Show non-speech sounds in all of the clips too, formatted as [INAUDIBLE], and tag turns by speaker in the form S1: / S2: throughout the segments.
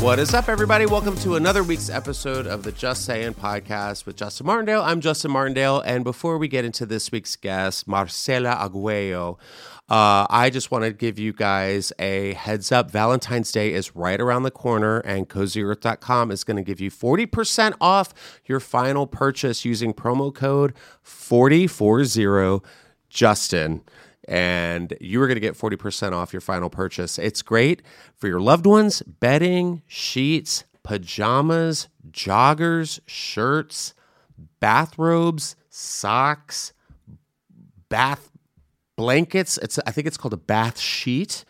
S1: What is up, everybody? Welcome to another week's episode of the Just Saying podcast with Justin Martindale. I'm Justin Martindale, and before we get into this week's guest, Marcela Arguello, uh, I just want to give you guys a heads up. Valentine's Day is right around the corner, and CozyEarth.com is going to give you 40% off your final purchase using promo code 440 Justin and you are going to get 40% off your final purchase. It's great for your loved ones, bedding, sheets, pajamas, joggers, shirts, bathrobes, socks, bath blankets. It's I think it's called a bath sheet.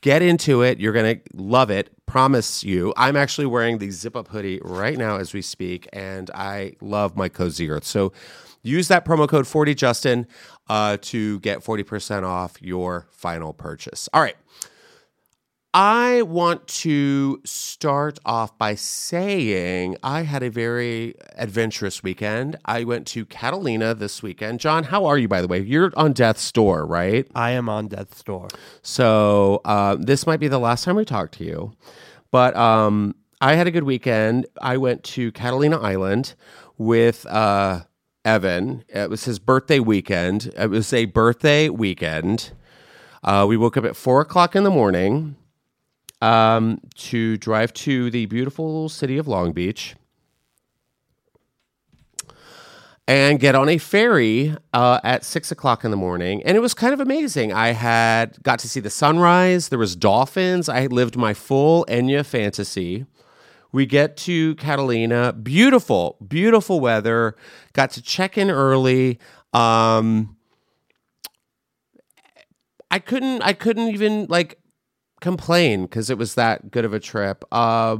S1: Get into it. You're going to love it. Promise you. I'm actually wearing the zip up hoodie right now as we speak, and I love my cozy earth. So use that promo code 40Justin uh, to get 40% off your final purchase. All right. I want to start off by saying I had a very adventurous weekend. I went to Catalina this weekend. John, how are you, by the way? You're on death's door, right?
S2: I am on death's door.
S1: So uh, this might be the last time we talk to you, but um, I had a good weekend. I went to Catalina Island with uh, Evan. It was his birthday weekend. It was a birthday weekend. Uh, we woke up at four o'clock in the morning um, to drive to the beautiful city of Long Beach and get on a ferry uh, at six o'clock in the morning. And it was kind of amazing. I had got to see the sunrise. There was dolphins. I lived my full Enya fantasy. We get to Catalina. Beautiful, beautiful weather. Got to check in early. Um, I couldn't. I couldn't even like complain because it was that good of a trip. Uh,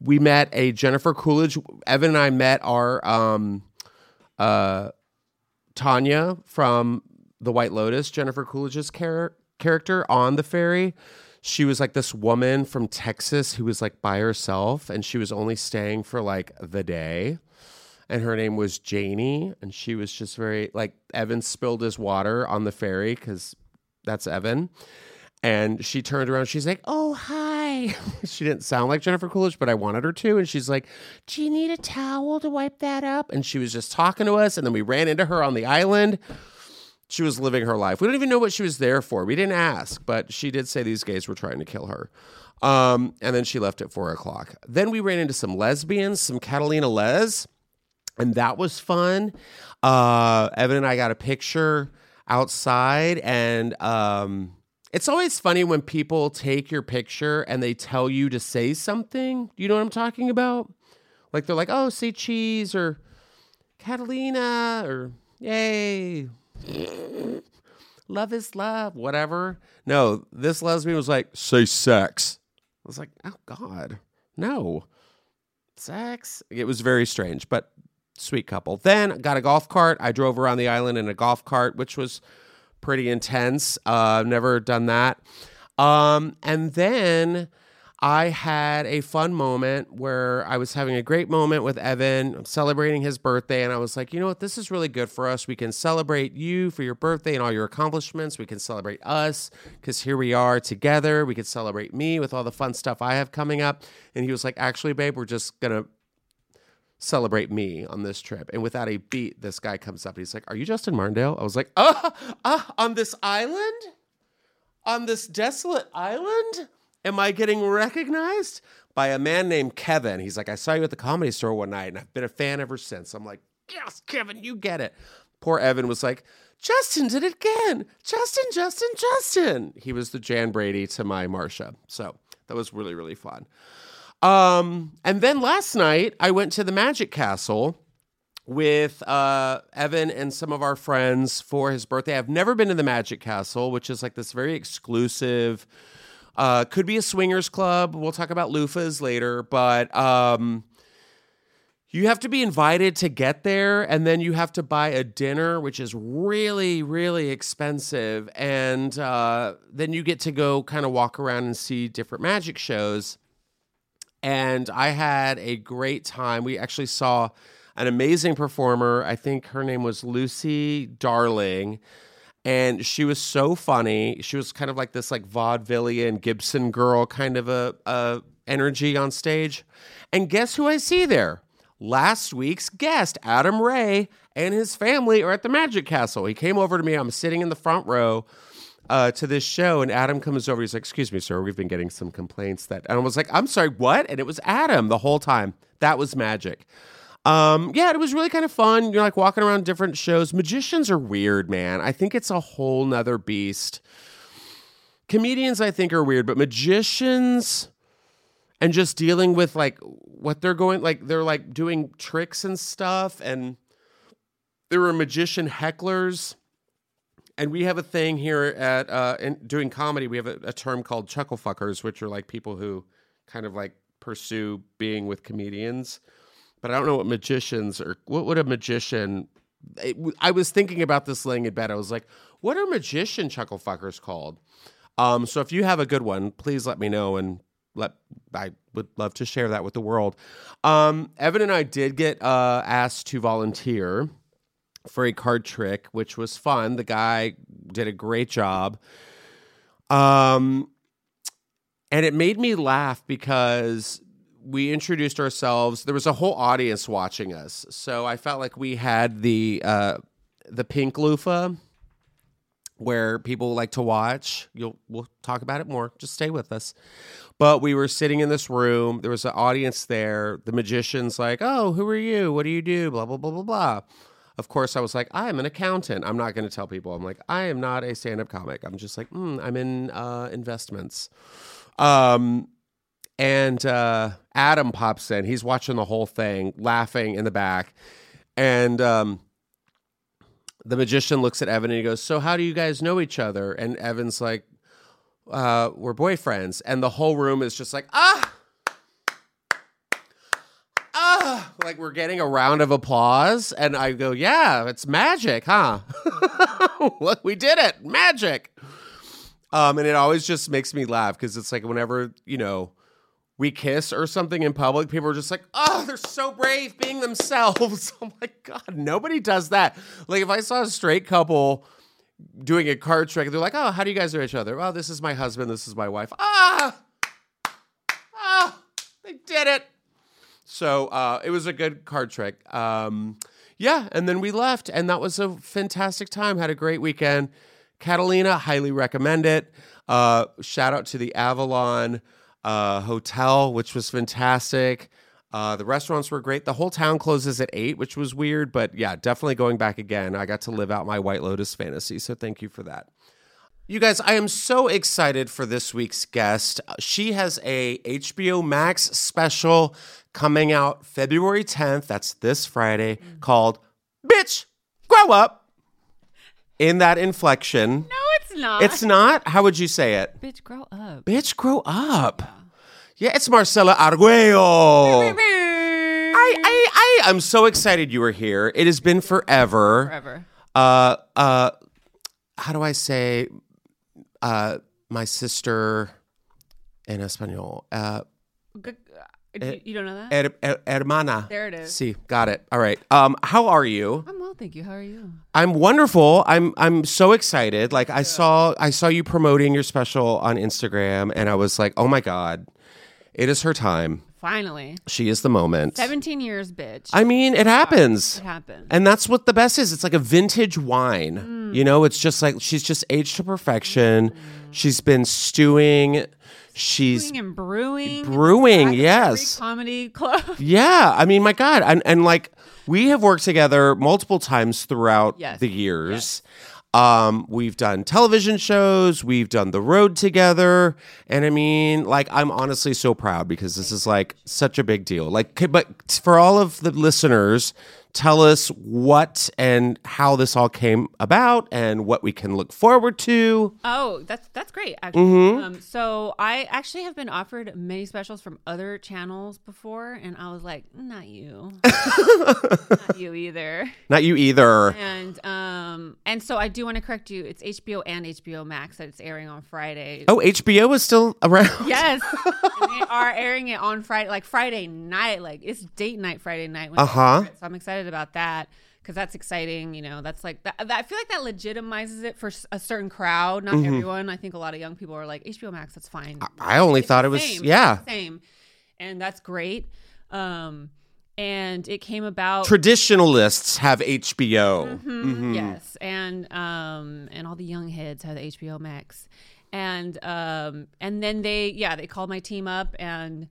S1: we met a Jennifer Coolidge. Evan and I met our um, uh, Tanya from The White Lotus, Jennifer Coolidge's char- character on the ferry. She was like this woman from Texas who was like by herself and she was only staying for like the day. And her name was Janie. And she was just very like Evan spilled his water on the ferry because that's Evan. And she turned around. She's like, "Oh, hi." [LAUGHS] she didn't sound like Jennifer Coolidge, but I wanted her to. And she's like, "Do you need a towel to wipe that up?" And she was just talking to us. And then we ran into her on the island. She was living her life. We don't even know what she was there for. We didn't ask, but she did say these gays were trying to kill her. Um, and then she left at four o'clock. Then we ran into some lesbians, some Catalina les, and that was fun. Uh, Evan and I got a picture outside, and um, it's always funny when people take your picture and they tell you to say something. You know what I'm talking about? Like they're like, "Oh, say cheese" or "Catalina" or "Yay." love is love, whatever. No, this lesbian was like, say sex. I was like, oh God, no. Sex. It was very strange, but sweet couple. Then got a golf cart. I drove around the island in a golf cart, which was pretty intense. Uh, I've never done that. Um, and then I had a fun moment where I was having a great moment with Evan, I'm celebrating his birthday. And I was like, you know what? This is really good for us. We can celebrate you for your birthday and all your accomplishments. We can celebrate us because here we are together. We could celebrate me with all the fun stuff I have coming up. And he was like, actually, babe, we're just going to celebrate me on this trip. And without a beat, this guy comes up and he's like, Are you Justin Martindale? I was like, Uh, uh, on this island? On this desolate island? Am I getting recognized by a man named Kevin? He's like, I saw you at the comedy store one night and I've been a fan ever since. I'm like, Yes, Kevin, you get it. Poor Evan was like, Justin did it again. Justin, Justin, Justin. He was the Jan Brady to my Marsha. So that was really, really fun. Um, and then last night I went to the Magic Castle with uh, Evan and some of our friends for his birthday. I've never been to the Magic Castle, which is like this very exclusive. Uh, could be a swingers club. We'll talk about loofahs later, but um, you have to be invited to get there, and then you have to buy a dinner, which is really, really expensive. And uh, then you get to go kind of walk around and see different magic shows. And I had a great time. We actually saw an amazing performer. I think her name was Lucy Darling. And she was so funny. She was kind of like this like vaudevillian Gibson girl kind of a, a energy on stage. And guess who I see there? Last week's guest, Adam Ray, and his family are at the Magic Castle. He came over to me. I'm sitting in the front row uh, to this show, and Adam comes over. He's like, "Excuse me, sir. We've been getting some complaints that." And I was like, "I'm sorry, what?" And it was Adam the whole time. That was magic. Um, yeah, it was really kind of fun. You're like walking around different shows. Magicians are weird, man. I think it's a whole nother beast. Comedians, I think, are weird, but magicians and just dealing with like what they're going like they're like doing tricks and stuff and there were magician hecklers and we have a thing here at uh in doing comedy we have a, a term called chuckle fuckers which are like people who kind of like pursue being with comedians but i don't know what magicians or what would a magician it, i was thinking about this laying in bed i was like what are magician chuckle fuckers called um so if you have a good one please let me know and let I would love to share that with the world. Um, Evan and I did get uh, asked to volunteer for a card trick, which was fun. The guy did a great job. Um, and it made me laugh because we introduced ourselves. There was a whole audience watching us, so I felt like we had the uh, the pink loofah where people like to watch. You'll we'll talk about it more. Just stay with us. But we were sitting in this room. There was an audience there. The magician's like, "Oh, who are you? What do you do?" Blah blah blah blah blah. Of course, I was like, "I am an accountant." I'm not going to tell people. I'm like, "I am not a stand-up comic." I'm just like, mm, "I'm in uh, investments." Um, and uh, Adam pops in. He's watching the whole thing, laughing in the back, and. Um, the magician looks at Evan and he goes, "So how do you guys know each other?" And Evan's like, uh, "We're boyfriends." And the whole room is just like, "Ah, ah!" Like we're getting a round of applause. And I go, "Yeah, it's magic, huh? [LAUGHS] Look, we did it, magic." Um, and it always just makes me laugh because it's like whenever you know we kiss or something in public, people are just like, oh, they're so brave being themselves. [LAUGHS] I'm like, God, nobody does that. Like, if I saw a straight couple doing a card trick, they're like, oh, how do you guys know each other? Well, this is my husband, this is my wife. Ah, ah, they did it. So uh, it was a good card trick. Um, yeah, and then we left, and that was a fantastic time. Had a great weekend. Catalina, highly recommend it. Uh, shout out to the Avalon uh, hotel, which was fantastic. Uh, the restaurants were great. The whole town closes at eight, which was weird, but yeah, definitely going back again. I got to live out my White Lotus fantasy, so thank you for that. You guys, I am so excited for this week's guest. Uh, She has a HBO Max special coming out February 10th. That's this Friday,
S3: Mm.
S1: called "Bitch Grow Up." In that inflection,
S3: No, it's not.
S1: it's not. How would you say it?
S3: bitch. Grow up.
S1: Bitch, grow up. Yeah, it's Marcela Arguello. I, I, I, I'm so excited you were here. It has been forever.
S3: Forever.
S1: Uh, uh, how do I say, uh, my sister in Espanol? Uh,
S3: G- you, you don't know that?
S1: her, her- hermana.
S3: There it is.
S1: See, got it. All right. Um, how are you?
S3: I'm well, thank you. How are you?
S1: I'm wonderful. I'm I'm so excited. Like I saw I saw you promoting your special on Instagram and I was like, "Oh my god. It is her time.
S3: Finally,
S1: She is the moment."
S3: 17 years, bitch.
S1: I mean, it happens.
S3: it happened.
S1: And that's what the best is. It's like a vintage wine.
S3: Mm.
S1: You know, it's just like she's just aged to perfection. She's been stewing. She's
S3: Brewing and brewing.
S1: brewing.
S3: Back at
S1: Yes.
S3: every Comedy club. [LAUGHS]
S1: Yeah, I mean, my God, and and like we have worked together multiple times throughout
S3: Yes.
S1: the years. Um, we've done television shows, we've done the road together, and I mean, like, I'm honestly so proud because this is like such a big deal. Like, c- but t- for all of the listeners
S2: tell us what and how this all came about and what we can look forward to.
S3: Oh, that's that's great. Actually, um, so I actually have been offered many specials from other channels before, and I was like, not you, not you either.
S2: Not you either.
S3: And um, and so I do want to correct you. It's HBO and HBO Max that it's airing on Friday.
S2: Oh, HBO is still
S1: [LAUGHS]
S2: around.
S3: Yes, [LAUGHS] And they are airing it on Friday, like Friday night. Like it's date night, Friday night. when they
S2: Uh-huh.
S3: air it. So I'm excited about that because that's exciting. You know, that's like that, that- I feel like that legitimizes it for s- a certain crowd, not everyone. I think a lot of young people are like HBO Max. That's fine.
S2: Mm-hmm. I only thought it was
S3: Same,
S2: yeah.
S3: same, and that's great. Um, and it came about.
S2: Traditionalists have HBO.
S3: Mm-hmm. Yes, and um, and all the young heads had HBO Max, and um, and then they yeah they called my team up and.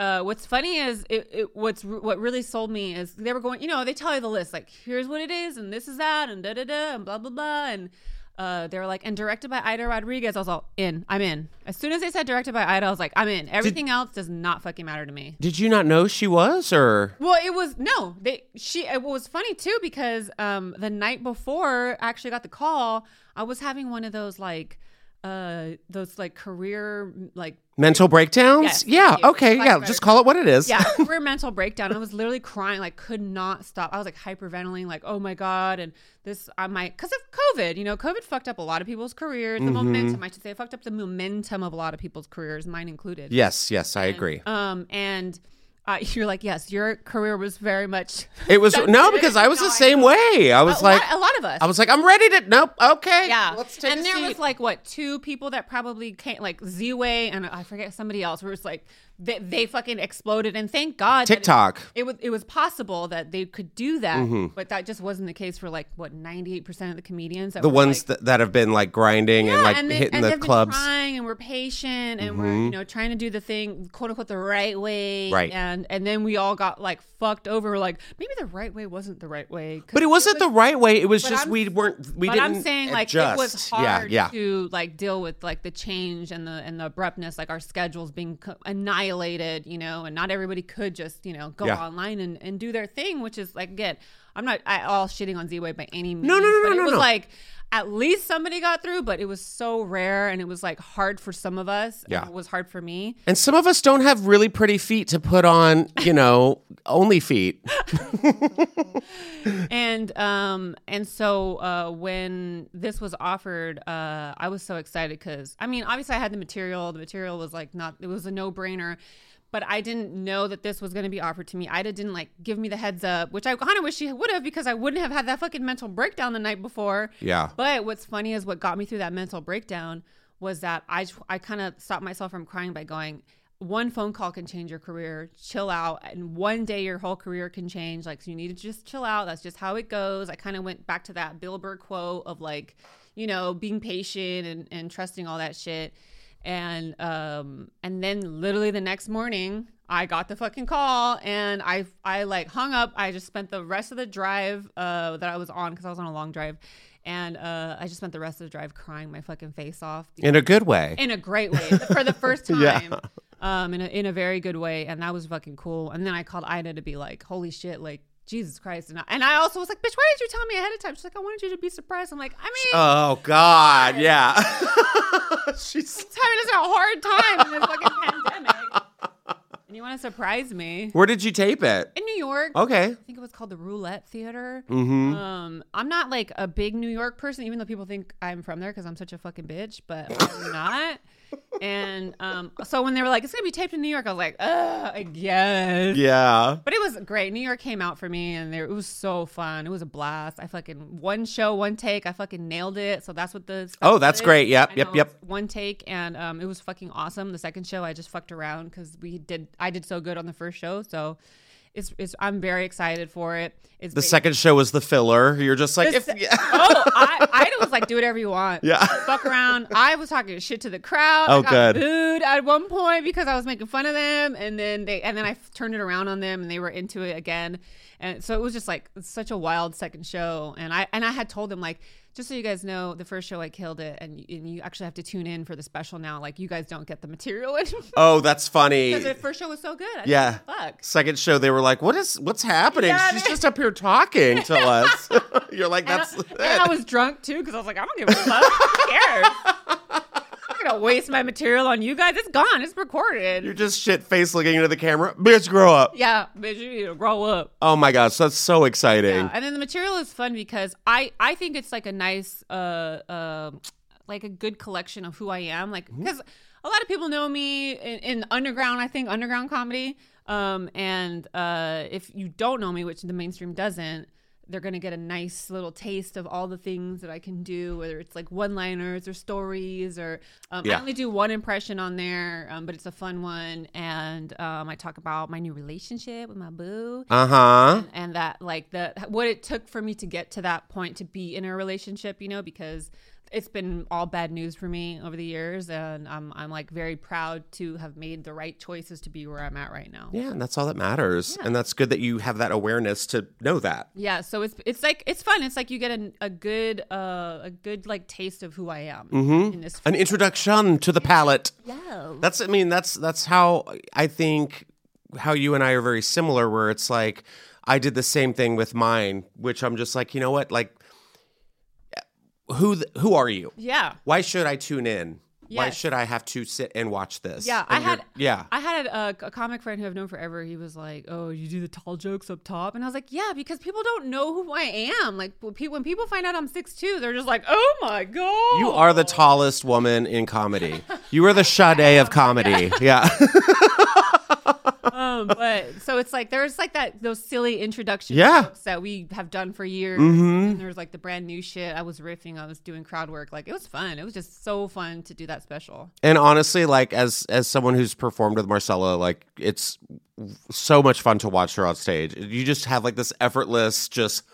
S3: Uh, what's funny is it, it what's re- what really sold me is they were going you know they tell you the list like here's what it is and this is that and da da da and blah blah blah and uh, they were like and directed by Ida Rodriguez I was all in I'm in as soon as they said directed by Ida I was like I'm in everything else does not fucking matter to me
S2: Did you not know she was or
S3: well, it was no. They she it was funny too because um the night before I actually got the call, I was having one of those like uh those like career like
S2: mental breakdowns?
S3: Yes,
S2: yeah.
S3: thank you.
S2: Okay. [LAUGHS]
S3: Much
S2: yeah.
S3: better.
S2: Just call it what it is.
S3: yeah [LAUGHS] career mental breakdown. I was literally crying, like could not stop. I was like hyperventilating, like oh my god, and this I might because of COVID. You know, COVID fucked up a lot of people's careers, the
S2: Mm-hmm.
S3: momentum. I should say, it fucked up the momentum of a lot of people's careers, mine included.
S2: yes. Yes. I agree.
S3: Um and. Uh, [LAUGHS] you're like yes, your career was very much.
S2: It
S3: [LAUGHS]
S2: was no because I was
S3: No,
S2: the
S3: I
S2: same way. I was
S3: a
S2: like,
S3: lot, a lot of us.
S2: I was like, I'm ready to. Nope. [LAUGHS] Okay.
S3: Yeah.
S2: Let's take
S3: and
S2: a
S3: there
S2: seat.
S3: was like what two people that probably came like Z Way and uh, I forget somebody else where it's like they, they fucking exploded and thank God that it-
S2: TikTok. Mm-hmm.
S3: It, was it was possible that they could do that, but that just wasn't the case for like what ninety eight percent of the comedians that
S2: the
S3: were,
S2: ones
S3: like,
S2: that, that have been like grinding and
S3: yeah,
S2: like
S3: and they-
S2: hitting
S3: and
S2: the
S3: they've been
S2: clubs. Mm-hmm.
S3: trying and we're patient and we're you know trying to do the thing quote unquote the right way
S2: Right.
S3: and and then we all got like fucked over We're like maybe the right way wasn't the right way 'cause
S2: But it wasn't the right way. It was
S3: But
S2: just
S3: I'm-
S2: we weren't. We
S3: but
S2: didn't.
S3: I'm saying like
S2: adjust.
S3: it was hard
S2: Yeah. Yeah.
S3: to like deal with like the change and the and the abruptness, like our schedules being co- annihilated, you know, and not everybody could just you know go
S2: Yeah.
S3: online and, and do their thing, which is like again, I'm not at all shitting on Z-Way by any means.
S2: no, no,
S3: but
S2: no,
S3: it
S2: no,
S3: was
S2: no.
S3: like at least somebody got through, but it was so rare and it was like hard for some of us. and
S2: Yeah.
S3: it was hard for me.
S2: And some of us don't have really pretty feet to put on. You know, only feet.
S3: and um and so uh when this was offered uh i was so excited because i mean obviously i had the material the material was like not it was a no-brainer but i didn't know that this was going to be offered to me ida didn't like give me the heads up which i kind of wish she would have because i wouldn't have had that fucking mental breakdown the night before
S2: Yeah.
S3: but what's funny is what got me through that mental breakdown was that I I kind of stopped myself from crying by going, one phone call can change your career. Chill out, and one day your whole career can change. Like so you need to just chill out. That's just how it goes. I kind of went back to that Bill Burr quote of like, you know, being patient and, and trusting all that shit. And um and then literally the next morning, I got the fucking call and I I like hung up. I just spent the rest of the drive uh, that I was on because I was on a long drive, and uh, I just spent the rest of the drive crying my fucking face off
S2: In a good way.
S3: [LAUGHS] in a great way for the first time.
S2: [LAUGHS] Yeah.
S3: Um, in a, in a very good way, and that was fucking cool. And then I called Ida to be like, "Holy shit!" Like Jesus Christ, and I, and I also was like, "Bitch, why did you tell me ahead of time?" She's like, "I wanted you to be surprised." I'm like, "I mean,
S2: Oh God,
S1: [LAUGHS]
S2: yeah. She's.
S3: it's having us a hard time in this fucking pandemic, and you want to surprise
S2: [LAUGHS]
S3: me
S2: Where did you tape it?
S3: in New York?"
S2: Okay.
S3: I think it was called the Roulette Theater. Um, I'm not like a big New York person, even though people think I'm from there because I'm such a fucking bitch, but I'm not. And um, so when they were like, "It's gonna be taped in New York," I was like, "Ugh, I guess."
S2: Yeah.
S3: But it was great. New York came out for me, and there, it was so fun. It was a blast. I fucking one show, one take. I fucking nailed it. So that's what the
S2: Oh, that's
S3: is.
S2: great. Yep,
S3: I
S2: yep,
S3: know,
S2: yep.
S3: it's One take, and um, it was fucking awesome. The second show, I just fucked around because we did. I did so good on the first show, so it's. it's I'm very excited for it. It's
S2: The
S3: ba-
S2: second show was the filler. You're just like,
S3: The
S2: if,
S3: se-
S2: yeah.
S3: oh, I, Ida was like, do whatever you want.
S2: Yeah.
S3: Fuck around. I was talking shit to the crowd.
S2: Oh,
S3: I got
S2: good.
S3: Booed at one point because I was making fun of them, and then they and then I f- turned it around on them, and they were into it again, and so it was just like such a wild second show. And I and I had told them like, just so you guys know, the first show I killed it, and, and you actually have to tune in for the special now. Like you guys don't get the material [LAUGHS] anymore
S1: Oh, that's funny.
S3: because the first show was so good. I didn't
S1: Yeah.
S3: give a Fuck.
S1: Second show, they were like, "What is? What's happening?
S3: Yeah,
S1: She's
S3: they-
S1: just up here talking
S3: [LAUGHS]
S1: to us." [LAUGHS] You're like,
S3: And I-
S1: "That's."
S3: and I, was drunk too because I was like, I don't give a fuck. Who cares? I'm gonna waste my material on you guys. It's gone. It's recorded.
S1: You're just shit faced looking into the camera. Bitch, grow up.
S3: yeah, bitch, you need to grow up.
S1: Oh my gosh, that's so exciting.
S3: Yeah, and then the material is fun because I I think it's like a nice uh um like a good collection of who I am like because a lot of people know me in, in underground I think underground comedy um and uh if you don't know me which the mainstream doesn't they're gonna get a nice little taste of all the things that I can do whether it's like one liners or stories or um,
S1: Yeah.
S3: I only do one impression on there um, but it's a fun one and um I talk about my new relationship with my boo
S1: Uh huh.
S3: and, and that like the what it took for me to get to that point to be in a relationship you know because it's been all bad news for me over the years and i'm, I'm like very proud to have made the right choices to be where i'm at right now yeah.
S1: Yeah, and that's all that matters. And that's good that you have that awareness to know that.
S3: so it's it's like it's fun it's like you get a, a good uh a good like taste of who i am in this
S1: An introduction to the palette. That's I mean that's that's how I think how you and I are very similar where it's like I did the same thing with mine which I'm just like, you know what? Like who th- who are you?
S3: yeah
S1: Why should I tune in? Why
S3: Yes.
S1: should I have to sit and watch this?
S3: Yeah,
S1: And
S3: I
S1: you're-
S3: had
S1: Yeah.
S3: I had a, a comic friend who I've known forever. He was like, "Oh, you do the tall jokes up top," and I was like, "Yeah, because people don't know who I am. Like when pe- when people find out I'm 6'2", they're just like, "Oh my god,
S1: You are the tallest woman in comedy. You are the Sade of
S3: [LAUGHS]
S1: comedy. Yeah.
S3: Um, but so it's like there's like that those silly introduction
S1: Yeah. Mm-hmm.
S3: jokes that we have done for years. And there's like the brand new shit. I was riffing. I was doing crowd work. Like it was fun. It was just so fun to do that special.
S1: and honestly, like as as someone who's performed with Marcella, like it's so much fun to watch her on stage. You just have like this effortless just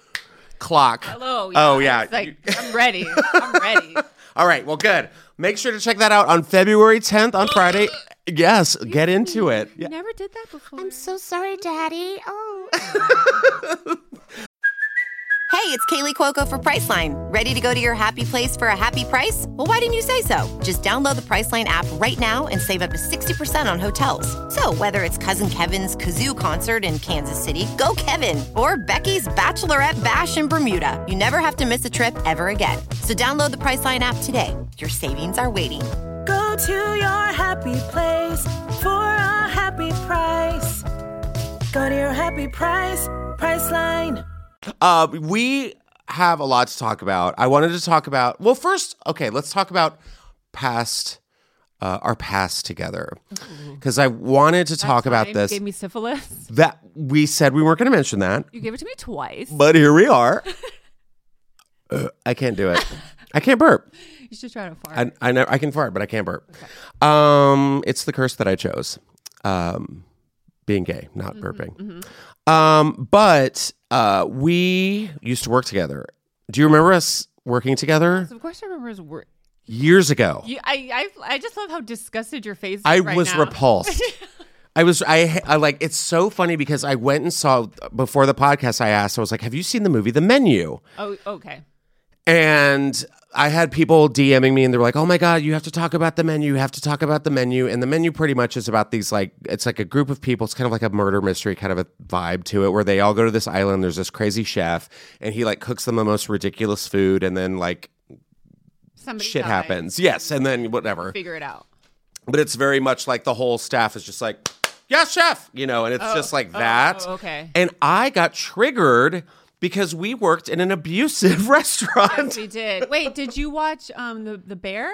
S1: clock.
S3: Hello.
S1: Oh yeah.
S3: It's like I'm ready. I'm
S1: [LAUGHS]
S3: ready.
S1: All right. Well, good. Make sure to check that out on February 10th on Friday. Yes, get into it. Yeah.
S3: Never did that before.
S4: So sorry, Daddy. Oh.
S5: Hey, it's Kaylee Cuoco for Priceline. Ready to go to your happy place for a happy price? Well, why didn't you say so? Just download the Priceline app right now and save up to 60% on hotels. So, whether it's Cousin Kevin's Kazoo concert in Kansas City, go Kevin, or Becky's Bachelorette Bash in Bermuda, you never have to miss a trip ever again. So, download the Priceline app today. Your savings are waiting.
S6: Go to your happy place for a happy price. Go to your happy price, Priceline.
S1: Uh, we have a lot to talk about. I wanted to talk about. Well, first, okay, let's talk about past uh, our past together because I wanted to talk about
S3: Time
S1: this.
S3: Gave me syphilis.
S1: that we said we weren't going to mention that,
S3: You gave it to me twice.
S1: but here we are.
S3: [LAUGHS]
S1: Uh, I can't do it. I can't burp.
S3: You should try to fart.
S1: I I, never, I can fart, but I can't burp. Um, it's the curse that I chose. Um, being gay, not
S3: Mm-hmm,
S1: burping. Um, but uh, we used to work together. Do you remember us working together
S3: of course, I remember his word.
S1: years ago?
S3: You, I, I, I just love how disgusted your face. Is
S1: I
S3: right
S1: was
S3: now. [LAUGHS]
S1: repulsed. I was I, I like it's so funny because I went and saw before the podcast. I asked, I was like, "Have you seen the movie The Menu?"
S3: Oh, okay.
S1: And I had people DMing me and they're like, oh my God, you have to talk about the menu. You have to talk about the menu. And the menu pretty much is about these like, it's like a group of people. It's kind of like a murder mystery kind of a vibe to it where they all go to this island. There's this crazy chef and he like cooks them the most ridiculous food. And then like
S3: Somebody
S1: shit
S3: died.
S1: happens. Yes. And then whatever.
S3: Figure it out.
S1: But it's very much like the whole staff is just like, yes, chef, you know, and it's just like that.
S3: oh, okay.
S1: And I got triggered because we worked in an abusive [LAUGHS] restaurant.
S3: We did. Wait, did you watch um the the bear?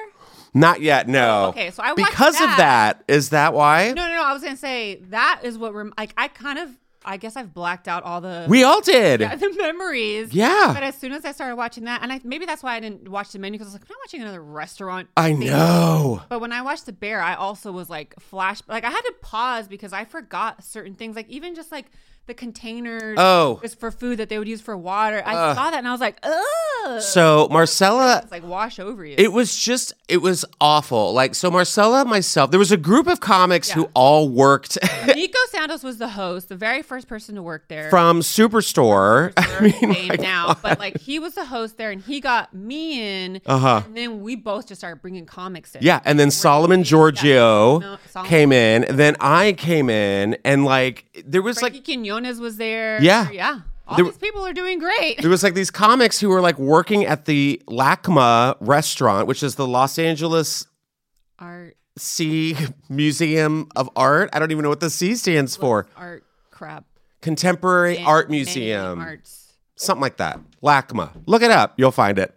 S1: Not yet, no.
S3: Oh, okay, so I watched
S1: because of
S3: that.
S1: that. Is that why
S3: No, no, no. I was gonna say that is what rem- like I kind of I guess I've blacked out all the
S1: we all did?
S3: [LAUGHS] the memories.
S1: Yeah.
S3: But as soon as I started watching that, and I maybe that's why I didn't watch the menu because I was like, I'm not watching another restaurant.
S1: I
S3: thing."
S1: know.
S3: But when I watched The Bear, I also was like flash. Like I had to pause because I forgot certain things. Like even just like the containers.
S1: Oh.
S3: was for food that they would use for water. I saw that and I was like, ugh.
S1: So Marcella,
S3: it's like wash over you.
S1: it was just it was awful. Like so, Marcella, myself, there was a group of comics who all worked.
S3: Nico Santos was the host, the very first person to work
S1: [LAUGHS]
S3: there.
S1: from Oh Superstore. I mean,
S3: [LAUGHS] name
S1: like,
S3: now, but like he was the host there, and he got me in,
S1: Uh-huh.
S3: and then we both just started bringing comics
S1: [LAUGHS]
S3: in.
S1: yeah. And then Solomon Giorgio
S3: No, Solomon-
S1: came in. and Then I came in, and like there was like
S3: Frankie Quinones was there.
S1: Yeah.
S3: yeah. All
S1: There-
S3: these people are doing great.
S1: there was like these comics who were like working at the LACMA restaurant, which is the Los Angeles
S3: Art,
S1: C Museum of Art. I don't even know what the C stands for.
S3: art, crap.
S1: Contemporary Art Museum.
S3: Arts.
S1: something like that. LACMA. Look it up. You'll find it.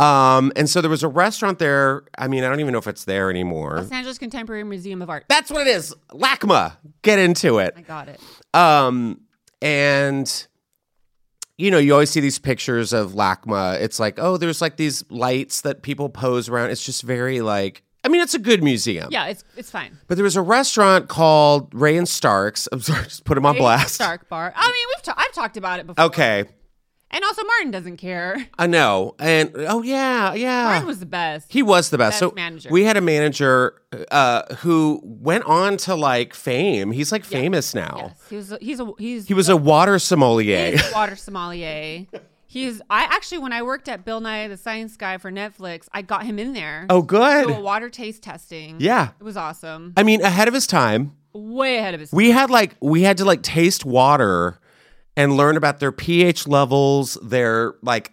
S1: Um, and so there was a restaurant there. I mean, I don't even know if it's there anymore.
S3: Los Angeles Contemporary Museum of Art.
S1: That's what it is. LACMA. Get into it.
S3: I got it.
S1: Um, and you know, you always see these pictures of LACMA. It's like, oh, there's like these lights that people pose around. It's just very like, I mean, it's a good museum.
S3: Yeah, it's it's fine.
S1: But there was a restaurant called Ray and Starks. I'm sorry, [LAUGHS] just put him on blast.
S3: Stark Bar. I mean, we've ta- I've talked about it before.
S1: Okay, Oh.
S3: And also, Martin doesn't care.
S1: I know. And oh yeah, yeah.
S3: Martin was the best.
S1: He was the best.
S3: Best
S1: so
S3: manager.
S1: we had a manager uh, who went on to like fame. He's like famous now.
S3: Yes, he was. a- He's a he's
S1: He was [LAUGHS] a water sommelier.
S3: He's a water sommelier. He's. I actually, when I worked at Bill Nye the Science Guy for Netflix, I got him in there.
S1: oh,
S3: to do a
S1: good.
S3: water taste testing.
S1: [LAUGHS] Yeah.
S3: it was awesome.
S1: I mean, ahead of his time.
S3: Way ahead of his.
S1: We had like we had to like taste water and learn about their pH levels, their like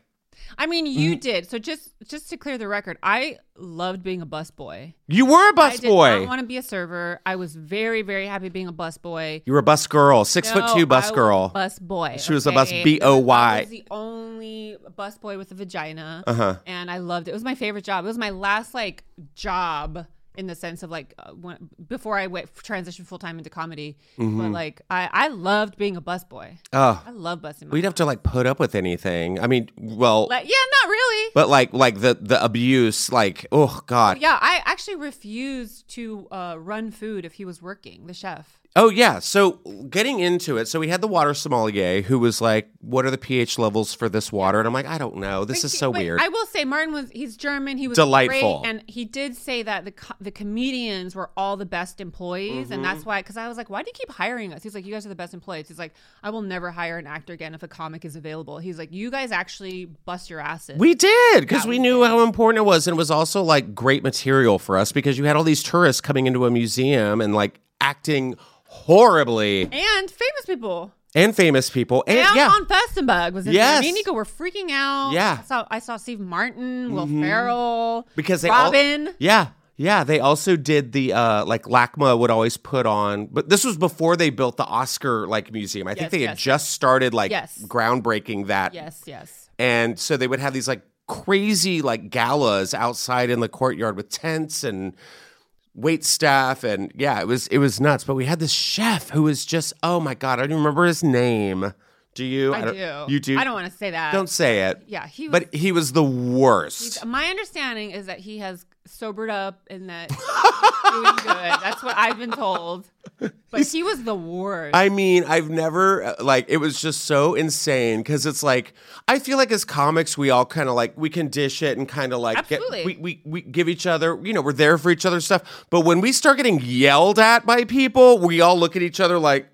S3: I mean, you
S1: Mm-hmm.
S3: did. So just just to clear the record, I loved being a busboy.
S1: you were a
S3: I
S1: bus
S3: did not
S1: boy.
S3: want to be a server. I was very very happy being a busboy.
S1: You were a bus girl, six foot two bus girl.
S3: bus boy.
S1: She was a bus
S3: okay?
S1: B.O.Y..
S3: I was the only bus boy with a vagina,
S1: Uh-huh.
S3: and I loved it. It was my favorite job. It was my last like job in the sense of like uh, when, before I went transitioned full time into comedy.
S1: Mm-hmm.
S3: But like I, I loved being a bus boy.
S1: Oh.
S3: I love busing.
S1: We'd have to like put up with anything. I mean, well,
S3: Like, yeah, not really.
S1: but like like the the abuse, like oh god.
S3: yeah, I actually refused to uh, run food if he was working, the chef.
S1: Oh yeah. So getting into it, so we had the water sommelier who was like, "What are the pH levels for this water?" And I'm like, "I don't know. This is so
S3: But
S1: weird."
S3: I will say, Martin was—he's German. He was
S1: Delightful.
S3: great, and he did say that the co- the comedians were all the best employees, and that's why. Because I was like, "Why do you keep hiring us?" He's like, "You guys are the best employees." He's like, "I will never hire an actor again if a comic is available." He's like, "You guys actually bust your asses."
S1: we did because we knew how important it was, and it was also like great material for us because you had all these tourists coming into a museum and like acting horribly
S3: and famous people.
S1: and famous people and
S3: Down
S1: yeah
S3: on Festenberg was in
S1: Yes.
S3: there. Me and Nico were freaking out.
S1: Yeah. Mm-hmm.
S3: I saw, I saw Steve Martin, Will Ferrell,
S1: because they all-
S3: Robin.
S1: yeah yeah they also did the uh like lacma would always put on but this was before they built the oscar like museum i think
S3: Yes,
S1: they had
S3: yes.
S1: just started like
S3: Yes.
S1: groundbreaking that
S3: Yes, yes.
S1: And so they would have these like crazy like galas outside in the courtyard with tents and wait staff and yeah, it was it was nuts. But we had this chef who was just oh my god, I don't even remember his name. Do you?
S3: I,
S1: don't-
S3: do.
S1: You do.
S3: I don't want to say that.
S1: Don't say it.
S3: Yeah, he was.
S1: But he was the worst.
S3: my understanding is that he has sobered up
S1: [LAUGHS]
S3: and that he's doing good. That's what I've been told. But he was the worst.
S1: I mean, I've never uh, like it was just so insane because it's like I feel like as comics we all kind of like we can dish it and kind of like get, we,
S3: Absolutely.
S1: we we give each other you know we're there for each other's stuff. But when we start getting yelled at by people, we all look at each other like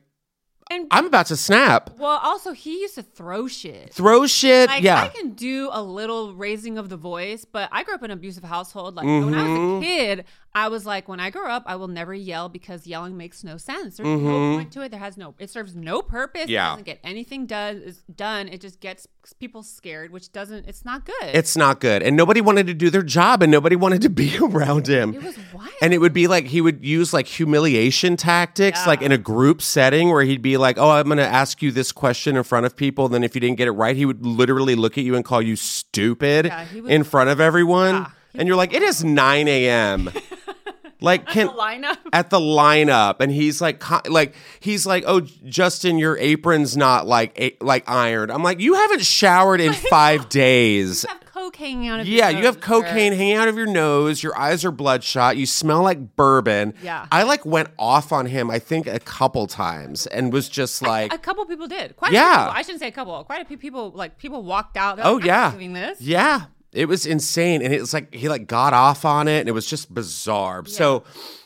S3: and
S1: I'm about to snap,
S3: well, also he used to throw shit.
S1: throw shit.
S3: Like
S1: yeah,
S3: I can do a little raising of the voice, but I grew up in an abusive household. Like when I was a
S1: Mm-hmm.
S3: kid, I was like, when I grow up, I will never yell because yelling makes no sense. There's no point to it. There has no. It serves no purpose.
S1: Mm-hmm. Yeah.
S3: It doesn't get anything done. Is done. It just gets people scared, which doesn't. It's not good.
S1: it's not good. And nobody wanted to do their job, and nobody wanted to be [LAUGHS] around him.
S3: it was wild.
S1: And it would be like he would use like humiliation tactics, like in a group setting where he'd be like, Oh, I'm going to ask you this question in front of people. And then if you didn't get it right, he would literally look at you and call you stupid
S3: he was-
S1: in front of everyone. and you're like, It is 9
S3: [LAUGHS]
S1: a.m. like, can.
S3: lineup.
S1: at the lineup and he's like co- like he's like oh Justin your apron's not like a- like ironed I'm like you haven't showered
S3: [LAUGHS]
S1: in 5 days
S3: have coke hanging out of
S1: [LAUGHS]
S3: your
S1: yeah, you have
S3: nose,
S1: cocaine
S3: or-
S1: hanging out of your nose. Your eyes are bloodshot. You smell like bourbon.
S3: Yeah.
S1: I like went off on him, I think, a couple times and was just like,
S3: A couple people did. Quite a
S1: Yeah.
S3: few people. I shouldn't say a couple. Quite a few people like people walked out. They're
S1: oh,
S3: like, "I'm
S1: yeah.
S3: not Doing this.
S1: Yeah. It was insane. And it was like, he like got off on it and it was just bizarre. So,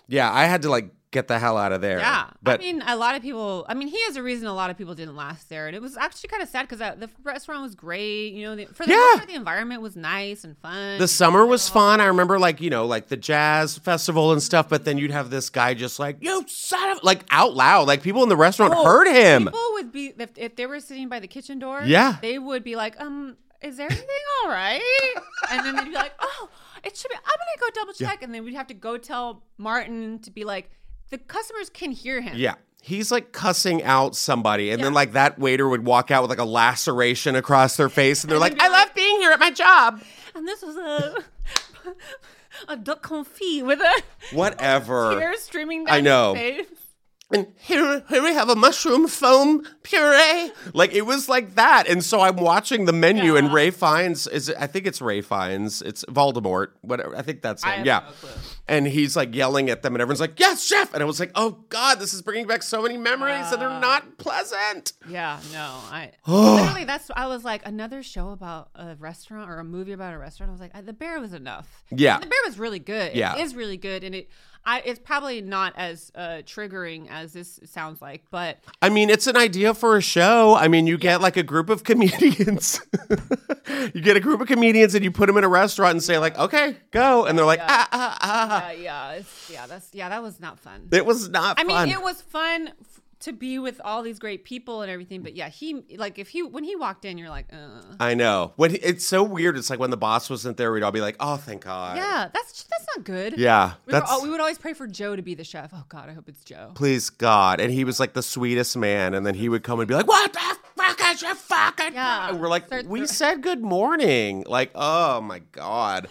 S1: yeah, I had to like get the hell out of there.
S3: Yeah,
S1: But
S3: I mean, a lot of people. I mean, he has a reason. A lot of people didn't last there, and it was actually kind of sad because the restaurant was great. You know, the, for the
S1: Yeah.
S3: most part, the environment was nice and fun.
S1: the summer was fun. I remember like, you know, like the jazz festival and stuff, but then you'd have this guy just like, you son of like out loud. Like people in the restaurant
S3: Oh,
S1: heard him.
S3: People would be if, if they were sitting by the kitchen door.
S1: Yeah.
S3: they would be like, um, is everything all right? and then they'd be like, oh, it should be. I'm gonna go double check, and then we'd have to go tell Martin to be like, the customers can hear him.
S1: Yeah. He's like cussing out somebody, and then like that waiter would walk out with like a laceration across their face, and they're like, "I love being here at my job."
S3: and this was a [LAUGHS] a duck confit with a
S1: Whatever.
S3: tear streaming down
S1: I know.
S3: his face.
S1: And here, here we have a mushroom foam puree. Like it was like that, and so I'm watching the menu, and Ray Fiennes is. I think it's Ray Fiennes. It's Voldemort. Whatever. I think that's him.
S3: have
S1: yeah.
S3: no clue.
S1: and he's like yelling at them, and everyone's like, "Yes, chef!" And I was like, "Oh God, this is bringing back so many memories, and they're not pleasant."
S3: Yeah, no,
S1: [SIGHS]
S3: I literally that's I was like another show about a restaurant or a movie about a restaurant. I was like, I- the bear was enough.
S1: Yeah.
S3: And the bear was really good.
S1: Yeah.
S3: it is really good, and it I it's probably not as uh, triggering as this sounds like, but
S1: I mean, it's an idea for a show. I mean, you get like a group of comedians. [LAUGHS] you get a group of comedians and you put them in a restaurant and say like, "Okay, go," and they're like, "Ah, ah, ah." [LAUGHS]
S3: uh, yeah, it's, yeah, that's yeah, that was not fun.
S1: It was not
S3: I mean,
S1: fun.
S3: it was fun f- to be with all these great people and everything, but yeah, he like if he when he walked in, you're like, uh.
S1: I know. When he- it's so weird. It's like when the boss wasn't there, we'd all be like, "Oh, thank God."
S3: yeah, that's that's not good.
S1: Yeah,
S3: we were
S1: that's-
S3: all, we would always pray for Joe to be the chef. Oh God, I hope it's Joe.
S1: Please God. And he was like the sweetest man. And then he would come and be like, What the fuck is your fucking
S3: Yeah.
S1: And we're like,
S3: Start
S1: We
S3: thr-
S1: said good morning. Like, oh my
S3: [SIGHS]
S1: God.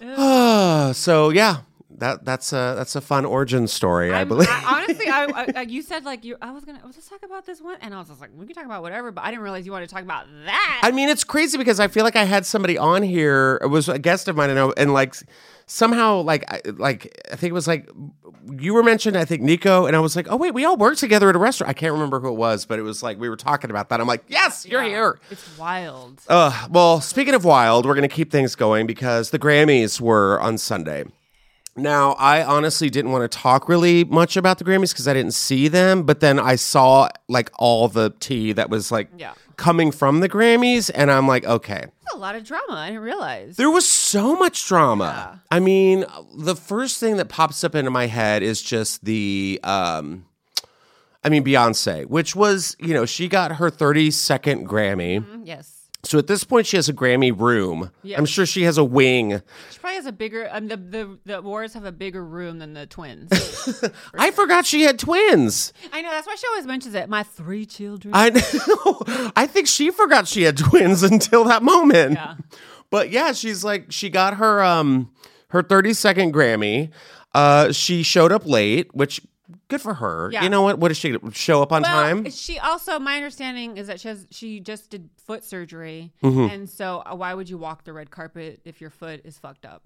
S1: [SIGHS] so yeah, that that's a that's a fun origin story, i
S3: I'm-
S1: believe.
S3: honestly, I, I, I- you said like you. I was gonna let's talk about this one, and I was just like, we can talk about whatever, but I didn't realize you wanted to talk about that.
S1: [LAUGHS] I mean, it's crazy because I feel like I had somebody on here. It was a guest of mine, and, I, and like somehow, like, I, like I think it was like you were mentioned. I think Nico and I was like, oh wait, we all worked together at a restaurant. I can't remember who it was, but it was like we were talking about that. I'm like, yes, you're here.
S3: it's wild.
S1: Uh, well, speaking of wild, we're going to keep things going because the Grammys were on Sunday. Now, I honestly didn't want to talk really much about the Grammys because I didn't see them, but then I saw like all the tea that was like
S3: Yeah.
S1: coming from the Grammys, and I'm like, okay.
S3: That's a lot of drama. I didn't realize.
S1: There was so much drama. I mean, the first thing that pops up into my head is just the um I mean Beyonce, which was, you know, she got her 32nd Grammy.
S3: yes,
S1: So at this point, she has a Grammy room. I'm sure she has a wing.
S3: she probably has a bigger. Um, the the the Warriors have a bigger room than the twins.
S1: [LAUGHS] I forgot she had twins.
S3: I know that's why she always mentions it. My three children.
S1: I [LAUGHS] know. I think she forgot she had twins until that moment. Yeah. But yeah, she's like she got her um her 32nd Grammy. Uh, she showed up late, which good for her.
S3: Yeah.
S1: You know what? What does she show up on
S3: Well,
S1: time?
S3: She also, my understanding is that she has she just did foot surgery,
S1: Mm-hmm.
S3: and so uh, why would you walk the red carpet if your foot is fucked up?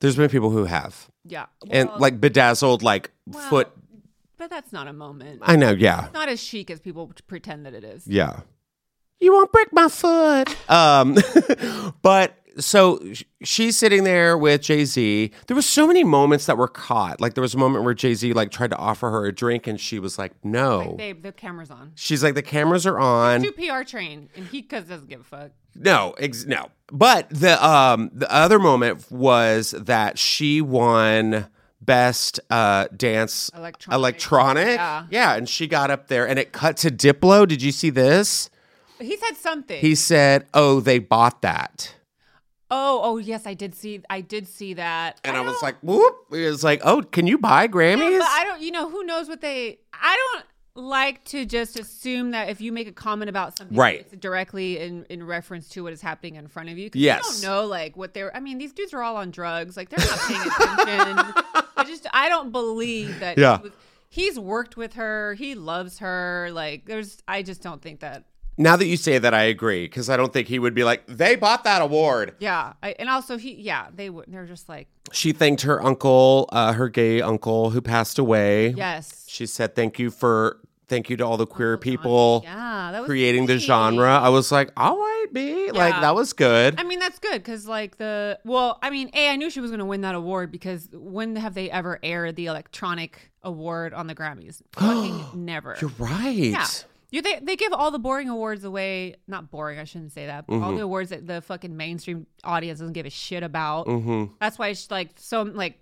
S1: There's been people who have
S3: Yeah,
S1: and
S3: Well,
S1: like bedazzled like foot.
S3: but that's not a moment.
S1: I know. Yeah.
S3: not as chic as people pretend that it is.
S1: Yeah. You won't break my foot. Um, [LAUGHS] but so sh- she's sitting there with Jay Z. There was so many moments that were caught. Like there was a moment where Jay Z like tried to offer her a drink, and she was like, "No."
S3: Babe, the camera's on.
S1: She's like, "The cameras are on."
S3: Two PR train, and he cause doesn't give a fuck.
S1: No, ex- no. But the um the other moment was that she won best uh dance
S3: Electronic.
S1: electronic.
S3: Yeah.
S1: and she got up there and it cut to Diplo. Did you see this?
S3: He said something.
S1: He said, "Oh, they bought that."
S3: oh, oh yes, I did see, I did see that.
S1: And I, was
S3: don't-
S1: like, whoop. It was like, oh, can you buy Grammys?
S3: but I don't, you know, who knows what they? I don't like to just assume that if you make a comment about something,
S1: Right.
S3: it's directly in in reference to what is happening in front of you. 'cause
S1: Yes.
S3: you don't know like what they're. I mean, these dudes are all on drugs. Like they're not paying attention. I just, I don't believe that.
S1: Yeah.
S3: he was- he's worked with her. He loves her. Like there's, I just don't think that.
S1: now that you say that, I agree because I don't think he would be like, they bought that award.
S3: Yeah, I, and also he, yeah, they would. They're just like,
S1: She thanked her uncle, uh, her gay uncle who passed away.
S3: yes,
S1: She said, thank you for Thank you to all the queer people
S3: Oh, yeah, that was
S1: creating the
S3: neat.
S1: genre. I was like, all right, B, like
S3: Yeah.
S1: that was good.
S3: I mean, that's good because, like, the well, I mean, A, I knew she was going to win that award because when have they ever aired the electronic award on
S1: [GASPS]
S3: the Grammys? Fucking never.
S1: You're right.
S3: Yeah. You, they, they give all the boring awards away. Not boring, I shouldn't say that. All
S1: Mm-hmm.
S3: the awards that the fucking mainstream audience doesn't give a shit about.
S1: Mm. Mm-hmm.
S3: That's why it's like so like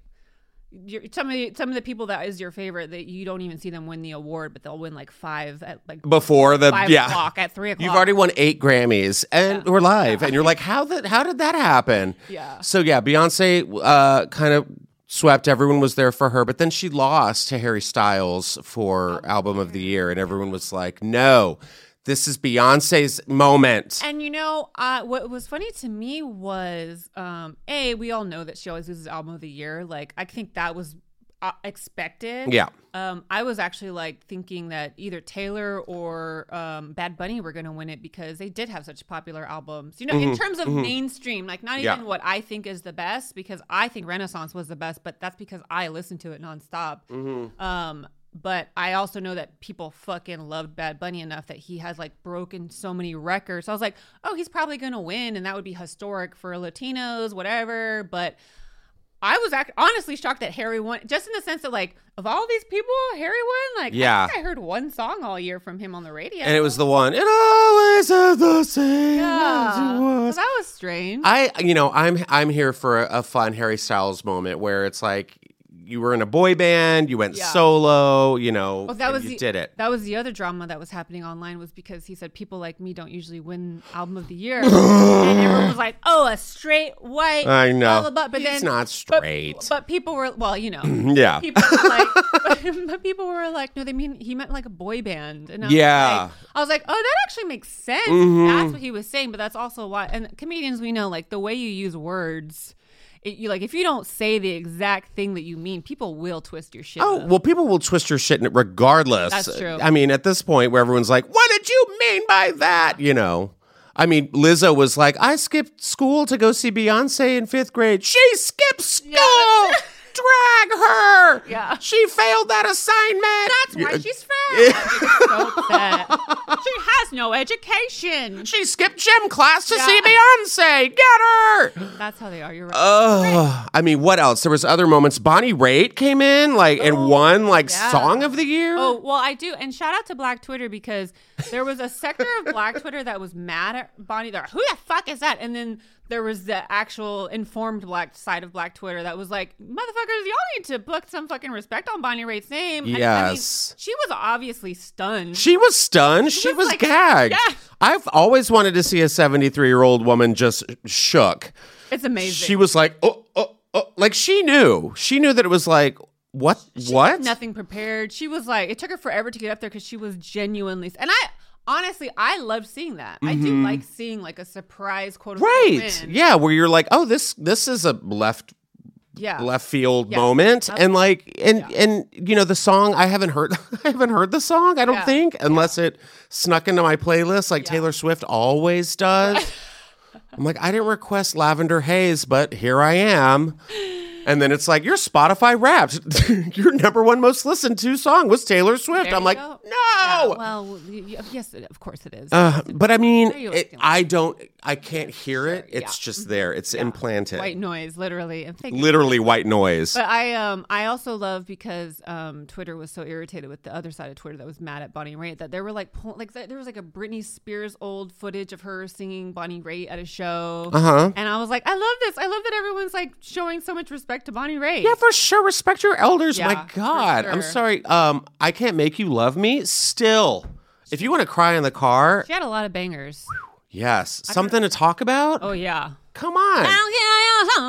S3: you're, some of the, some of the people that is your favorite that you don't even see them win the award, but they'll win like five at like
S1: Before the
S3: five
S1: yeah.
S3: o'clock at three o'clock.
S1: You've already won eight Grammys and we're live, and you're like, how the how did that happen?
S3: Yeah.
S1: So yeah, Beyonce uh, kind of swept. Everyone was there for her, but then she lost to Harry Styles for
S3: Oh,
S1: Album of the Year, and everyone was like, no, this is Beyonce's moment.
S3: And you know, uh, what was funny to me was, um, a we all know that she always loses album of the year. Like I think that was uh, expected.
S1: Yeah.
S3: Um, I was actually like thinking that either Taylor or um, Bad Bunny were going to win it because they did have such popular albums. You know, in terms of mainstream, like not
S1: Mm-hmm. Yeah.
S3: even what I think is the best because I think Renaissance was the best, but that's because I listened to it nonstop.
S1: Mm-hmm.
S3: Um, but I also know that people fucking loved Bad Bunny enough that he has like broken so many records. So I was like, oh, he's probably gonna win, and that would be historic for Latinos, whatever. But I was act- honestly shocked that Harry won, just in the sense that like of all these people, Harry won. Like, I
S1: Yeah.
S3: think I, heard one song all year from him on the radio.
S1: and it was the one. It always is the same as
S3: yeah,
S1: it
S3: So
S1: was.
S3: that was strange.
S1: I, you know, I'm I'm here for a, a fun Harry Styles moment where it's like you were in a boy band, you went
S3: Yeah.
S1: solo, you know,
S3: Well, that
S1: and
S3: was
S1: you
S3: the,
S1: did it.
S3: That was the other drama that was happening online was because he said people like me don't usually win album of
S1: [LAUGHS]
S3: the year, and everyone was like, "Oh, a straight white."
S1: I know.
S3: blah, blah, blah. But
S1: He's
S3: then,
S1: not
S3: but-
S1: straight.
S3: But, people were well, you know.
S1: [CLEARS THROAT] Yeah.
S3: [LAUGHS] People
S1: [LAUGHS]
S3: were like, but, people were like, no, they mean he meant like a boy band, and I was
S1: Yeah. Mm-hmm.
S3: like- I was like, oh, that actually makes sense. That's what he was saying, but that's also why. And comedians, we know, like the way you use words. It, you like if you don't say the exact thing that you mean, people will twist your shit.
S1: Oh,
S3: up.
S1: well, people will twist your shit regardless.
S3: That's true.
S1: I mean, at this point where everyone's like, what did you mean by that? You know, I mean, Lizzo was like, I skipped school to go see Beyonce in fifth grade. She skipped school.
S3: [LAUGHS]
S1: Drag her.
S3: Yeah.
S1: She failed that assignment.
S3: That's why she's
S1: [LAUGHS]
S3: fat. so upset. She has no education.
S1: She skipped gym class to
S3: Yeah.
S1: see Beyonce. Get her.
S3: That's how they are. You're right.
S1: Oh. Ugh. I mean, what else? There was other moments. Bonnie Raitt came in like and won like
S3: Oh, yeah.
S1: song of the year.
S3: oh well, I do. And shout out to Black Twitter because there was a sector
S1: [LAUGHS]
S3: of Black Twitter that was mad at Bonnie. There, who the fuck is that? And then there was the actual informed Black side of Black Twitter that was like, motherfuckers, y'all need to put some fucking respect on Bonnie Raitt's name. And, I mean,
S1: Yes.
S3: she was obviously stunned.
S1: She was stunned. She,
S3: was
S1: was,
S3: like,
S1: gagged.
S3: yeah.
S1: I've always wanted to see a 73 year old woman just shook.
S3: it's amazing.
S1: She was like, oh, oh, oh. Like she knew. She knew that it was like, what? what?
S3: nothing prepared. She was like, it took her forever to get up there because she was genuinely. And I honestly, I loved seeing that. I do like seeing like a surprise quote unquote
S1: Mm-hmm. Right.
S3: win.
S1: Yeah. Where you're like, oh, this this is a left
S3: yeah.
S1: left field
S3: Yeah.
S1: moment and like and and you know the song i haven't heard [LAUGHS] i haven't heard the song i don't
S3: Yeah.
S1: think unless it snuck into my playlist like taylor swift always
S3: [LAUGHS]
S1: does i'm like i didn't request lavender haze but here i am and then it's like your spotify wrapped [LAUGHS] your number one most listened to song was taylor swift
S3: There
S1: i'm
S3: you
S1: like
S3: go.
S1: no
S3: Yeah, Uh, well, y- y- yes, it- of course it is.
S1: Oh. Uh, but i mean
S3: There you
S1: it-
S3: are.
S1: i don't i can't hear it it's just there it's implanted
S3: Mm-hmm. White noise, literally. And thank
S1: literally white noise
S3: But I um I also love because um Twitter was so irritated with the other side of Twitter that was mad at Bonnie Raitt that there were like pull- like there was like a Britney Spears old footage of her singing Bonnie Raitt at a show.
S1: Uh-huh.
S3: And I was like, I love this. I love that everyone's like showing so much respect to Bonnie Raitt.
S1: Yeah, for sure. Respect your elders.
S3: Yeah,
S1: My
S3: for
S1: God. I'm
S3: sure.
S1: sorry. Um, I can't make you love me. Still. If you want to cry in the car,
S3: She had a lot of bangers.
S1: yes. Something to talk about?
S3: Oh yeah.
S1: Come on.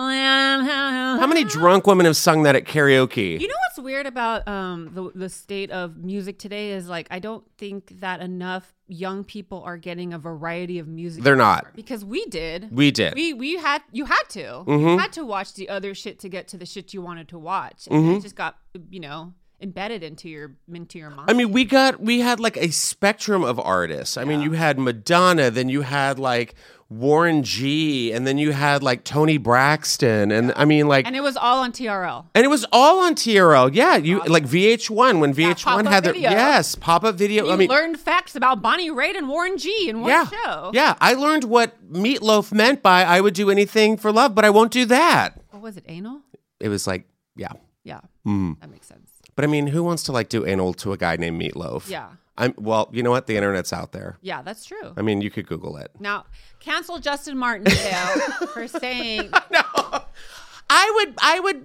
S1: How many drunk women have sung that at karaoke?
S3: You know what's weird about um, the the state of music today is like I don't think that enough young people are getting a variety of music.
S1: They're not.
S3: because we did.
S1: We did. Mm-hmm.
S3: We we had you had to you had to watch the other shit to get to the shit you wanted to watch.
S1: Mm-hmm.
S3: And It just got you know embedded into your into your mind.
S1: I mean, we got we had like a spectrum of artists. I mean, you had Madonna, then you had like Warren G, and then you had like Tony Braxton, and I mean like.
S3: And it was all on TRL.
S1: and it was all on TRL, yeah. You like VH1 when VH1
S3: pop-up
S1: had their
S3: video.
S1: yes pop-up video.
S3: You
S1: I mean,
S3: learned facts about Bonnie Raitt and Warren G in one
S1: yeah,
S3: show.
S1: yeah. I learned what meatloaf meant by "I would do anything for love, but I won't do that."
S3: What was it, anal?
S1: It was like, yeah,
S3: Yeah.
S1: Mm.
S3: That makes sense.
S1: but I mean, who wants to like do anal to a guy named Meatloaf?
S3: Yeah.
S1: I'm well. You know what? The internet's out there.
S3: Yeah, that's true.
S1: I mean, you could Google it.
S3: Now, cancel Justin Martindale
S1: [LAUGHS]
S3: for saying
S1: I would I would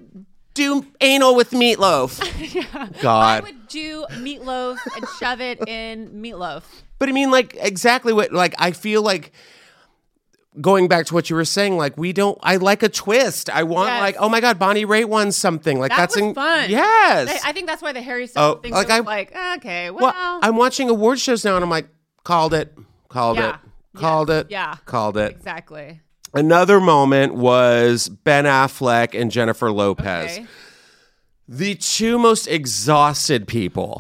S1: do anal with
S3: [LAUGHS]
S1: meatloaf.
S3: I
S1: God.
S3: would do meatloaf and shove it in meatloaf.
S1: but I mean like exactly what like I feel like going back to what you were saying like we don't I like a twist. I want
S3: Yes.
S1: like oh my god Bonnie Raitt won something. Like
S3: That
S1: that's
S3: was
S1: in-
S3: fun.
S1: Yes.
S3: I, I think that's why the Harry
S1: Oh,
S3: Styles thing
S1: like
S3: was
S1: I-
S3: like, okay, well,
S1: well, I'm watching award shows now and I'm like called it. Called
S3: Yeah.
S1: it. Called it.
S3: Yeah.
S1: Called it.
S3: exactly.
S1: Another moment was Ben Affleck and Jennifer Lopez.
S3: Okay.
S1: The two most exhausted people.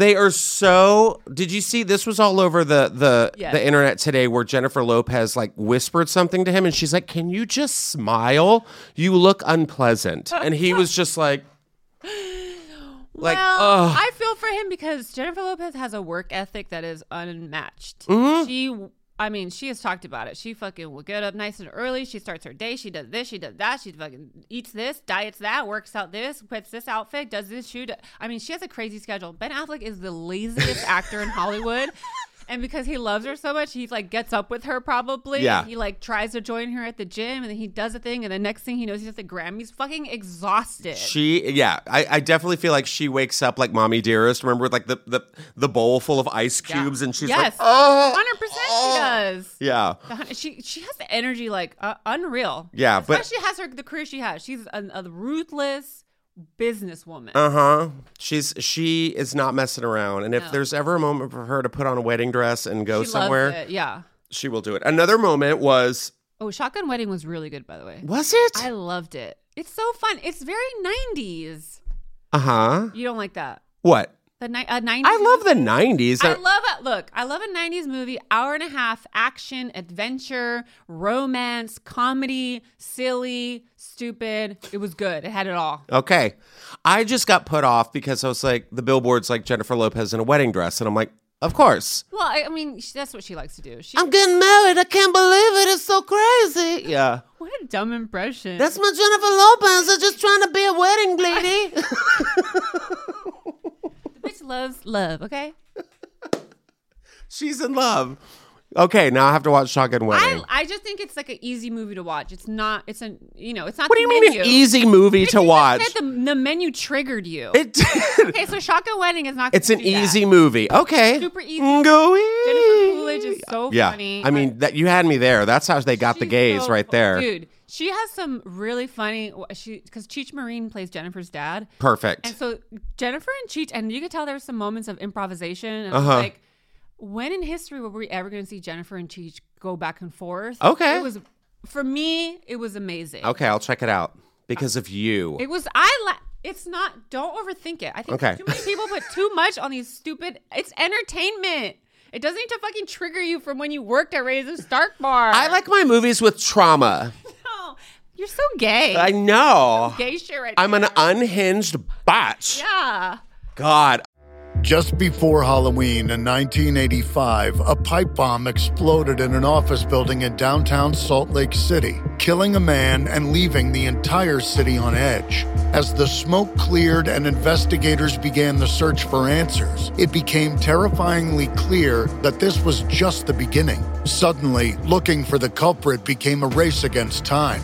S1: They are so. Did you see this was all over the the
S3: Yes.
S1: the internet today where Jennifer Lopez like whispered something to him and she's like, "Can you just smile? You look unpleasant." And
S3: [LAUGHS]
S1: he was just like like,
S3: well,
S1: ugh.
S3: I feel for him because Jennifer Lopez has a work ethic that is unmatched.
S1: Mm-hmm.
S3: She, I mean, she has talked about it. She fucking will get up nice and early. She starts her day. She does this. She does that. She fucking eats this, diets that, works out this, puts this outfit, does this shoot. I mean, she has a crazy schedule. Ben Affleck is
S1: [LAUGHS]
S3: the laziest actor in Hollywood. And because he loves her so much, he like gets up with her probably.
S1: Yeah.
S3: He like tries to join her at the gym, and then he does a thing, and the next thing he knows, he's at the Grammys, fucking exhausted.
S1: She, yeah, I, I definitely feel like she wakes up like mommy dearest. Remember, with like the the, the bowl full of ice
S3: Yeah.
S1: cubes, and she's
S3: yes,
S1: like, oh,
S3: hundred percent she does.
S1: yeah,
S3: The hun- [LAUGHS] She she has the energy like uh, unreal.
S1: Yeah, but-
S3: especially has her the career she has. She's a, a ruthless businesswoman.
S1: uh huh. She's she is not messing around. And if there's ever a moment for her to put on a wedding dress and go
S3: she
S1: somewhere,
S3: loves it. Yeah.
S1: she will do it. Another moment was
S3: Oh, Shotgun Wedding was really good by the way.
S1: was it?
S3: I loved it. It's so fun. It's very nineties.
S1: Uh huh.
S3: You don't like that?
S1: What?
S3: The ni- a nineties.
S1: I love the Uh, '90s.
S3: Mm-hmm. I love it. Look, I love a 90s movie, hour and a half, action, adventure, romance, comedy, silly, stupid. It was good. It had it all.
S1: Okay. I just got put off because I was like, the billboard's like Jennifer Lopez in a wedding dress. And I'm like, of course.
S3: Well, I, I mean, she, that's what she likes to do. She,
S1: I'm getting married. I can't believe it. It's so crazy. Yeah.
S3: what a dumb impression.
S1: That's my Jennifer Lopez. I'm just trying to be a wedding lady.
S3: the bitch loves love. Okay,
S1: [LAUGHS] She's in love. Okay, now I have to watch Shotgun Wedding.
S3: I I just think it's like an easy movie to watch. It's not. It's a you know. It's not.
S1: what do
S3: the
S1: you
S3: menu.
S1: mean an easy movie to
S3: You just
S1: watch?
S3: said The, the menu triggered you.
S1: It did.
S3: okay, so Shotgun Wedding is
S1: [LAUGHS]
S3: not.
S1: It's
S3: gonna
S1: an
S3: do that.
S1: easy movie. Okay.
S3: Super easy.
S1: Go
S3: Jennifer Coolidge is so
S1: yeah.
S3: funny.
S1: I mean, that you had me there. That's how they got the
S3: She's
S1: gays
S3: so
S1: right
S3: fu-
S1: there.
S3: Dude, she has some really funny. She because Cheech Marine plays Jennifer's dad.
S1: Perfect.
S3: And so Jennifer and Cheech, and you could tell there were some moments of improvisation. And I
S1: Uh-huh.
S3: was Like, when in history were we ever going to see Jennifer and Cheech go back and forth?
S1: Okay.
S3: It was, for me, it was amazing.
S1: okay, I'll check it out because of you.
S3: It was, I, la- it's not, don't overthink it. I think
S1: Okay.
S3: too many people put too much on these stupid, it's entertainment. It doesn't need to fucking trigger you from when you worked at Raisin Stark Bar.
S1: I like my movies with trauma.
S3: No, you're so gay.
S1: I know.
S3: gay shit right
S1: I'm an
S3: there.
S1: unhinged botch.
S3: Yeah.
S1: God,
S7: Just before Halloween in 1985, a pipe bomb exploded in an office building in downtown Salt Lake City, killing a man and leaving the entire city on edge. As the smoke cleared and investigators began the search for answers, it became terrifyingly clear that this was just the beginning. Suddenly, looking for the culprit became a race against time.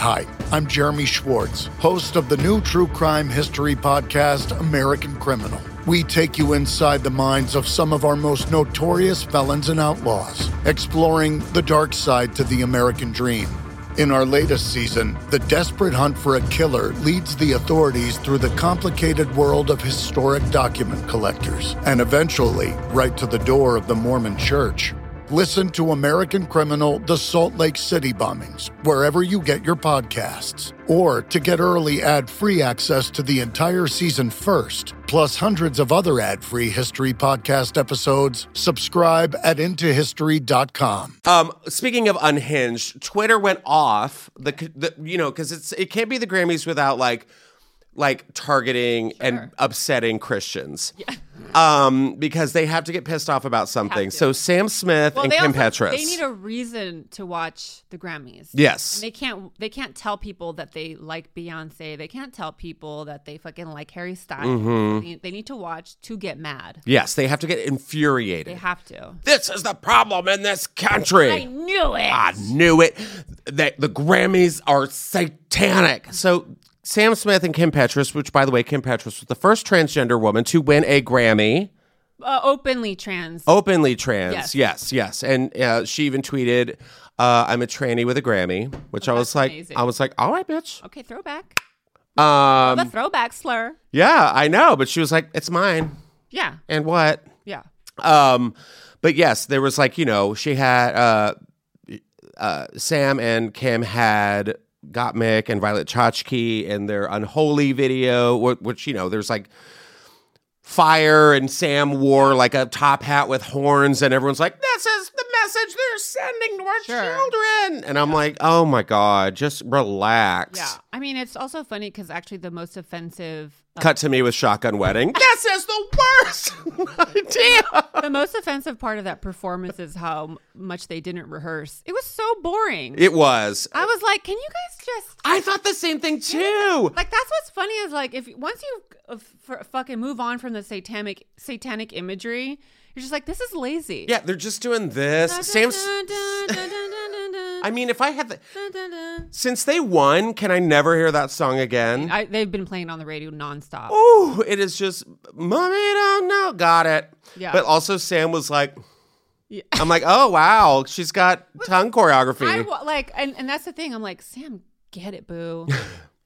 S7: Hi, I'm Jeremy Schwartz, host of the new true crime history podcast, American Criminal. We take you inside the minds of some of our most notorious felons and outlaws, exploring the dark side to the American dream. In our latest season, the desperate hunt for a killer leads the authorities through the complicated world of historic document collectors and eventually right to the door of the Mormon Church. Listen to American Criminal The Salt Lake City Bombings wherever you get your podcasts. Or to get early ad free access to the entire season first, plus hundreds of other ad free history podcast episodes, subscribe at IntoHistory.com.
S1: Um, speaking of unhinged, Twitter went off the, the you know because it's it can't be the Grammys without like like targeting and upsetting Christians. Um, because they have to get pissed off about something. So Sam Smith and
S3: they
S1: Kim
S3: also-
S1: Petras.
S3: They need a reason to watch the Grammys.
S1: yes.
S3: They can't. They can't tell people that they like Beyonce. They can't tell people that they fucking like Harry Styles.
S1: Mm-hmm.
S3: They, they need to watch to get mad.
S1: yes, they have to get
S3: They
S1: infuriated.
S3: have to.
S1: this is the problem in this country.
S3: I knew it.
S1: I knew it. That the Grammys are satanic. So Sam Smith and Kim Petras, which by the way, Kim Petras was the first transgender woman to win a Grammy,
S3: Uh, openly trans.
S1: openly trans.
S3: Yes.
S1: Yes, yes. And uh, she even tweeted, uh, "I'm a tranny with a Grammy," which I was like,
S3: amazing.
S1: I was like, all right, bitch.
S3: Okay, throwback.
S1: Um,
S3: the throwback slur.
S1: yeah, I know. But she was like, it's mine.
S3: Yeah.
S1: And what?
S3: Yeah.
S1: Um, but yes, there was like you know she had uh, uh, Sam and Kim had Gottmik and Violet Chachki in their unholy video, wh- which you know there's like fire and Sam wore like a top hat with horns, and everyone's like, "This is the message they're sending to our
S3: Sure.
S1: children," and I'm like, "Oh my god, just relax."
S3: Yeah. I mean, it's also funny because actually the most offensive,
S1: Cut to me with Shotgun Wedding. [LAUGHS] this is the worst [LAUGHS] idea.
S3: the most offensive part of that performance is how m- much they didn't rehearse. It was so boring.
S1: It was.
S3: I was like, can you guys just
S1: I thought the same thing too.
S3: like that's what's funny is like if once you uh, f- fucking move on from the satanic satanic imagery, you're just like this is lazy.
S1: Yeah, they're just doing this. Sam. I
S3: I
S1: mean, if I had the, since they won, can I never hear that song again?
S3: I, they've been playing on the radio nonstop.
S1: Ooh, it is just mommy don't know. Got it.
S3: Yeah.
S1: But also, Sam was like, I'm like, oh wow, she's got tongue
S3: I
S1: choreography.
S3: wa- like, and, and that's the thing. I'm like, Sam, get
S1: [LAUGHS]
S3: it, boo.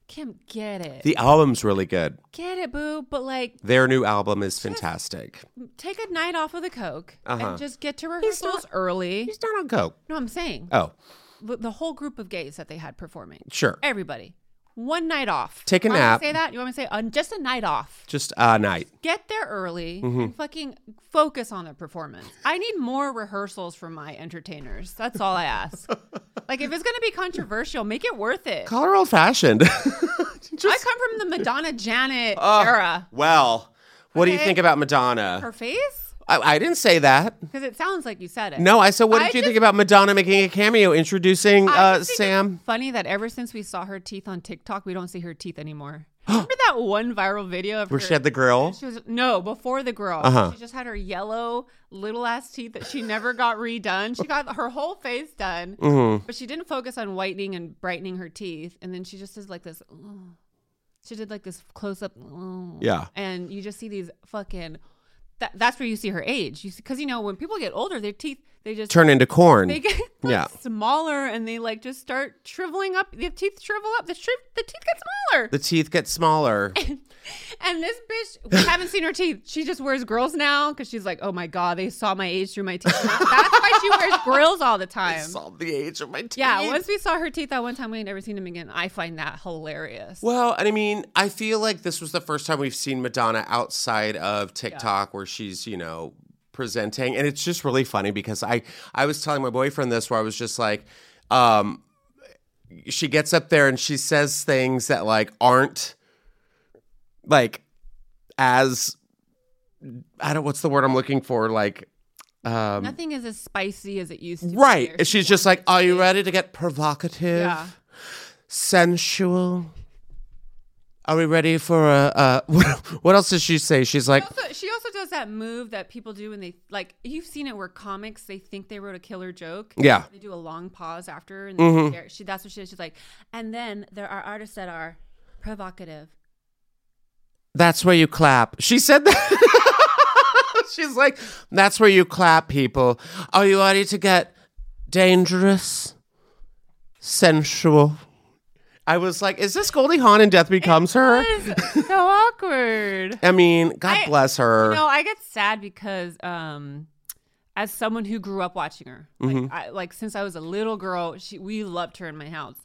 S3: Kim, get it,
S1: the album's really good.
S3: get it, boo. But like,
S1: Their new album is fantastic.
S3: take a night off of the coke
S1: Uh-huh.
S3: and just get to rehearsals early.
S1: He's not on coke.
S3: No, I'm saying
S1: Oh,
S3: the, the whole group of gays that they had performing.
S1: sure.
S3: Everybody, one night off.
S1: Take a
S3: Want me to
S1: nap.
S3: Say that you want me to say uh, just a night off.
S1: Just uh, night.
S3: Get there early
S1: Mm-hmm.
S3: and fucking focus on the performance. I need more rehearsals from my entertainers. That's all
S1: [LAUGHS]
S3: I ask. like if it's gonna be controversial, make it worth it.
S1: Call her old fashioned.
S3: I come from the Madonna Janet
S1: Oh.
S3: era.
S1: [LAUGHS] well, what do you
S3: Okay.
S1: think about Madonna?
S3: Her face?
S1: I, I didn't say that.
S3: Because it sounds like you said it.
S1: No, I said, what did
S3: I
S1: you
S3: just-
S1: think about Madonna making a cameo introducing
S3: I
S1: uh,
S3: just think
S1: Sam?
S3: it's Funny that ever since we saw her teeth on TikTok, we don't see her
S1: [GASPS]
S3: teeth anymore. Remember that one viral video of
S1: Where
S3: her?
S1: she had the grill?
S3: She was no before the girl.
S1: Uh-huh.
S3: She just had her yellow little ass teeth that she never got redone. She got her whole face done,
S1: Mm-hmm.
S3: but she didn't focus on whitening and brightening her teeth. And then she just does like this. "Mm." She did like this close up. "Mm."
S1: Yeah.
S3: and you just see these fucking. That, that's where you see her age. You because you know when people get older, their teeth they just
S1: Turn into corn.
S3: they get like,
S1: Yeah.
S3: smaller and they like just start shriveling up. The teeth shrivel up. The shri- the teeth get smaller.
S1: the teeth get
S3: [LAUGHS]
S1: smaller.
S3: And this bitch, we haven't seen her teeth. She just wears grills now because she's like, oh my god, they saw my age through my teeth. That's why
S1: [LAUGHS]
S3: she wears grills all the time.
S1: Saw the age of my teeth.
S3: Yeah, once we saw her teeth that one time, we ain't never seen them again. I find that hilarious.
S1: Well, and I mean, I feel like this was the first time we've seen Madonna outside of TikTok where she's, you know, presenting. And it's just really funny because I I was telling my boyfriend this where I was just like, um, she gets up there and she says things that like aren't like as I don't what's the word I'm looking for, like um
S3: Nothing is as spicy as it used to. be
S1: Right.
S3: there.
S1: She's just like, Are you ready to get provocative?
S3: Yeah.
S1: sensual. Are we ready for a? [LAUGHS] Uh, what else does she say? She's like,
S3: Also, she also does that move that people do when they like. You've seen it where comics they think they wrote a killer joke.
S1: Yeah. Mm-hmm.
S3: They do a long pause after, and they're- she that's what she does. She's like, and then there are artists that are provocative.
S1: "That's where you clap." She said that. [LAUGHS] She's like, "That's where you clap, people." Are you ready to get dangerous, sensual? I was like, "Is this Goldie Hawn in Death Becomes Her?"
S3: so awkward.
S1: I mean, God
S3: I-
S1: bless her.
S3: No, I get sad because um as someone who grew up watching her, like,
S1: Mm-hmm.
S3: I, like since I was a little girl, she we loved her in my house,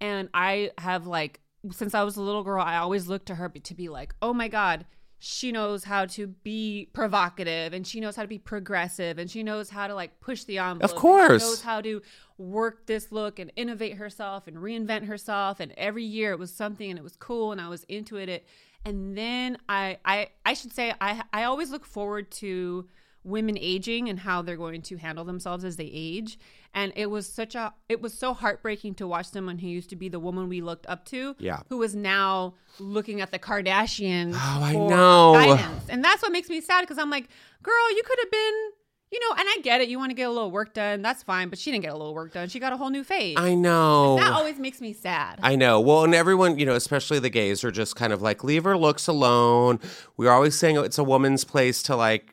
S3: and I have like since I was a little girl, I always looked to her be- to be like, oh my god, she knows how to be provocative, and she knows how to be progressive, and she knows how to like push the envelope. and she
S1: course.
S3: knows how to work this look and innovate herself and reinvent herself and every year it was something and it was cool and I was into it it and then I I I should say I I always look forward to women aging and how they're going to handle themselves as they age and it was such a it was so heartbreaking to watch someone who used to be the woman we looked up to
S1: Yeah.
S3: who is now looking at the Kardashians
S1: Oh, I
S3: for
S1: know.
S3: guidance. And that's what makes me sad because I'm like, girl, you could have been, you know, and I get it. You want to get a little work done. That's fine. But she didn't get a little work done. She got a whole new face.
S1: I know.
S3: that always makes me sad.
S1: I know. Well, and everyone, you know, especially the gays are just kind of like, leave her looks alone. We're always saying it's a woman's place to like,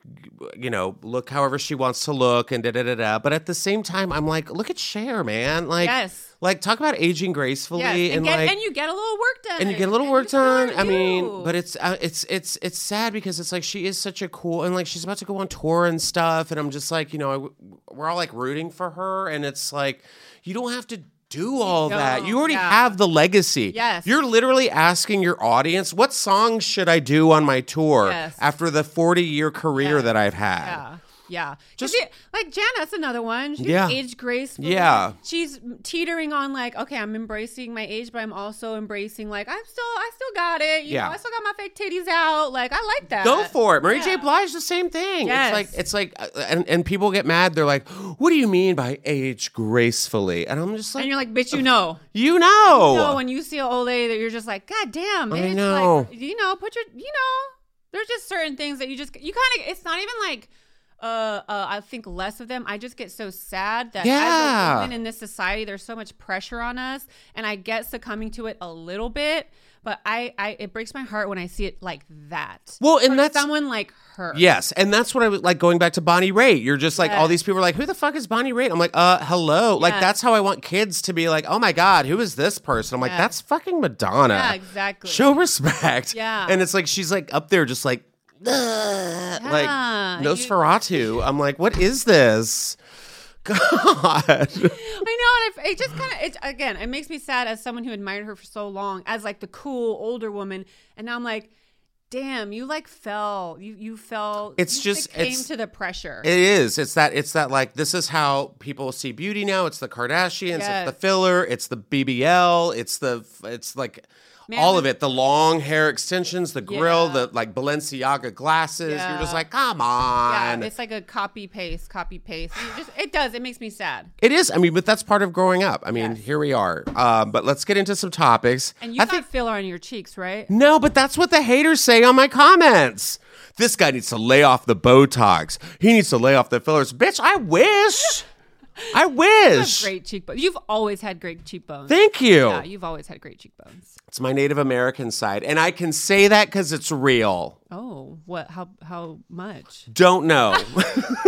S1: you know, look however she wants to look and da da da da. But at the same time, I'm like, look at Cher, man. Like,
S3: Yes.
S1: like talk about aging gracefully
S3: yes. And,
S1: and,
S3: get,
S1: like,
S3: and you get a little work done.
S1: and you get a little
S3: And
S1: work
S3: you still
S1: done.
S3: are
S1: I mean,
S3: you.
S1: but it's uh, it's it's it's sad because it's like she is such a cool and like she's about to go on tour and stuff, and I'm just like, you know, I w we're all like rooting for her, and it's like you don't have to. Do all that. You
S3: don't,
S1: already
S3: yeah.
S1: have the legacy.
S3: Yes.
S1: You're literally asking your audience, what songs should I do on my tour
S3: Yes.
S1: after the 40 year career that I've had?
S3: Yeah. Yeah.
S1: Just-
S3: Just like Janet's another one. She's
S1: Yeah.
S3: aged gracefully.
S1: Yeah.
S3: She's teetering on like, okay, I'm embracing my age, but I'm also embracing like I'm still I still got it. You
S1: Yeah.
S3: know, I still got my fake titties out. Like I like that.
S1: Go for it. Mary J.
S3: Yeah.
S1: Blige, the same thing.
S3: Yes.
S1: It's like, it's like, uh, and, and people get mad. They're like, what do you mean by age gracefully? And I'm just like,
S3: And you're like, bitch, you know.
S1: You know.
S3: So when you see an old lady that you're just like, God damn,
S1: Oh. I
S3: bitch.
S1: know.
S3: Like, you know, put your, you know, there's just certain things that you just, you kind of, it's not even like, uh, uh, I think less of them. I just get so sad that
S1: Yeah.
S3: as a woman in this society, there's so much pressure on us, and I get succumbing to it a little bit. But I, I, it breaks my heart when I see it like that.
S1: well, and
S3: For
S1: that's
S3: someone like her.
S1: yes, and that's what I was like going back to Bonnie Raitt. You're just like all
S3: Yes.
S1: these people are like, who the fuck is Bonnie Raitt? I'm like, uh, hello. Like
S3: Yes.
S1: that's how I want kids to be like, oh my god, who is this person? I'm like,
S3: Yeah.
S1: that's fucking Madonna.
S3: Yeah, exactly.
S1: Show respect.
S3: Yeah.
S1: and it's like she's like up there, just like. "Ugh,"
S3: Yeah,
S1: Like
S3: you-
S1: Nosferatu, I'm like, what is this? [LAUGHS] God,
S3: I know, and I, it just kind of it again. It makes me sad as someone who admired her for so long, as like the cool older woman, and now I'm like, damn, you like fell, you you fell.
S1: It's
S3: you
S1: just-
S3: came
S1: it's-
S3: to the pressure.
S1: it is. It's that. It's that. Like this is how people see beauty now. It's the Kardashians.
S3: Yes.
S1: It's the filler. It's the BBL. It's the. It's like
S3: Man,
S1: all
S3: I-
S1: of it. The long hair extensions, the grill,
S3: Yeah.
S1: the like Balenciaga glasses. You're just
S3: Yeah.
S1: like, come
S3: yeah,
S1: on.
S3: it's like a copy paste, copy paste. You just it does. It makes me sad.
S1: it is. I mean, but that's part of growing up. I mean,
S3: Yes.
S1: here we are. Um, but let's get into some topics.
S3: And you
S1: I
S3: got
S1: think
S3: filler on your cheeks, right?
S1: No, but that's what the haters say on my comments. This guy needs to lay off the Botox. He needs to lay off the fillers. Bitch, I
S3: [LAUGHS]
S1: wish. I wish.
S3: Great cheekbones. You've always had great cheekbones.
S1: Thank you.
S3: yeah, you've always had great cheekbones.
S1: It's my Native American side. And I can say that because it's real.
S3: Oh, what? How? How much?
S1: Don't know. [LAUGHS]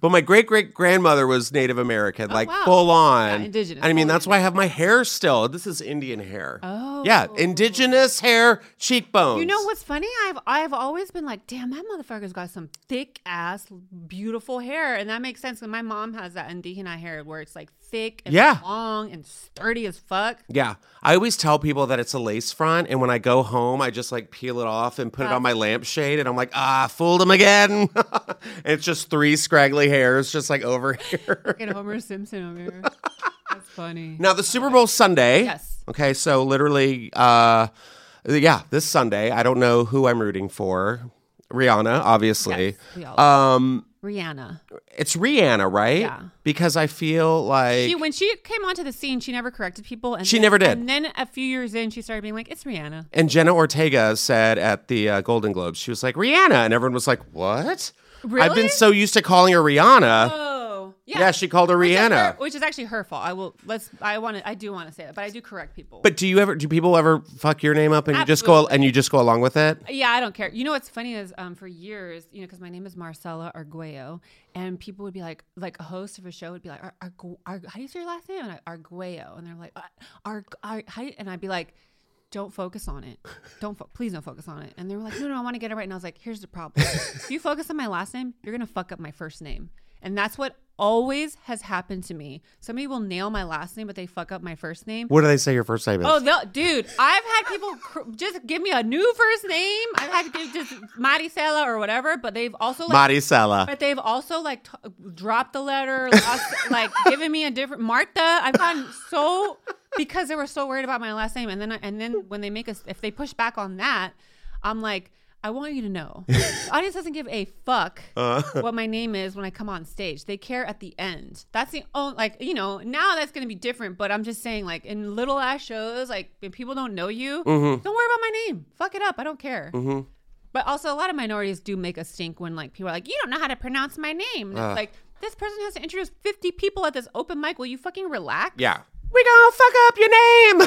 S1: but my great great grandmother was Native American, like
S3: Oh, wow.
S1: full on.
S3: Yeah, indigenous,
S1: I mean,
S3: full
S1: that's why I have my hair still. This is Indian hair.
S3: Oh.
S1: Yeah, indigenous hair, cheekbones.
S3: You know what's funny? I've I've always been like, damn, that motherfucker's got some thick ass, beautiful hair, and that makes sense. Because my mom has that Andihina hair where it's like thick and
S1: Yeah.
S3: long and sturdy as fuck.
S1: Yeah. I always tell people that it's a lace front. And when I go home, I just like peel it off and put it on
S3: Ah.
S1: my lampshade. And I'm like, ah, fooled him again. [LAUGHS] and it's just three scraggly hairs just like over [LAUGHS] here.
S3: Get Homer Simpson over
S1: [LAUGHS]
S3: here. That's funny.
S1: now, the Super Bowl Sunday.
S3: Yes.
S1: Okay. So literally, uh, yeah, this Sunday, I don't know who I'm rooting for. Rihanna, obviously.
S3: we all-
S1: um,
S3: Rihanna.
S1: it's Rihanna, right?
S3: Yeah.
S1: Because I feel like.
S3: She when she came onto the scene, she never corrected people, and
S1: She
S3: then-
S1: never did.
S3: And then a few years in, she started being like, "It's Rihanna."
S1: and Jenna Ortega said at the uh, Golden Globes, she was like, Rihanna. And everyone was like, what? I've
S3: Really?
S1: been so used to calling her Rihanna.
S3: Oh,
S1: yeah. she called her
S3: Which is her-
S1: Rihanna.
S3: which is actually her fault. I will let's. I want to. I do want to say that, but I do correct people.
S1: But do you ever do people ever fuck your name up and you just go
S3: Absolutely.
S1: and you just go along with it?
S3: Yeah, I don't care. You know what's funny is um, for years, you know, because my name is Marcela Arguello, and people would be like, like a host of a show would be like, Ar- Argu- Ar- how do you say your last name? And I, Arguello, and they're like, "Ar- Ar- Ar- how do you-" and I'd be like, don't focus on it. Don't fo- please don't focus on it. And they were like, no, no, I want to get it right. And I was like, here's the problem: if you focus on my last name, you're gonna fuck up my first name. And that's what always has happened to me. Somebody will nail my last name, but they fuck up my first name.
S1: What do they say your first name is?
S3: Oh, they'll- dude, I've had people cr- just give me a new first name. I've had to give just Maricela or whatever, but they've also like
S1: Maricela.
S3: but they've also like t- dropped the letter, lost, like given me a different Martha. I've gotten so because they were so worried about my last name, and then I- and then when they make us, if they push back on that, I'm like, I want you to know, the audience doesn't give a fuck what my name is when I come on stage. They care at the end. That's the only like you know now that's gonna be different, but I'm just saying like in little ass shows, like when people don't know you, don't worry about my name. Fuck it up. I don't care. But also, a lot of minorities do make a stink when like people are like, "You don't know how to pronounce my name." And it's like this person has to introduce fifty people at this open mic. Will you fucking relax?
S1: Yeah. We gonna fuck up your name. [LAUGHS]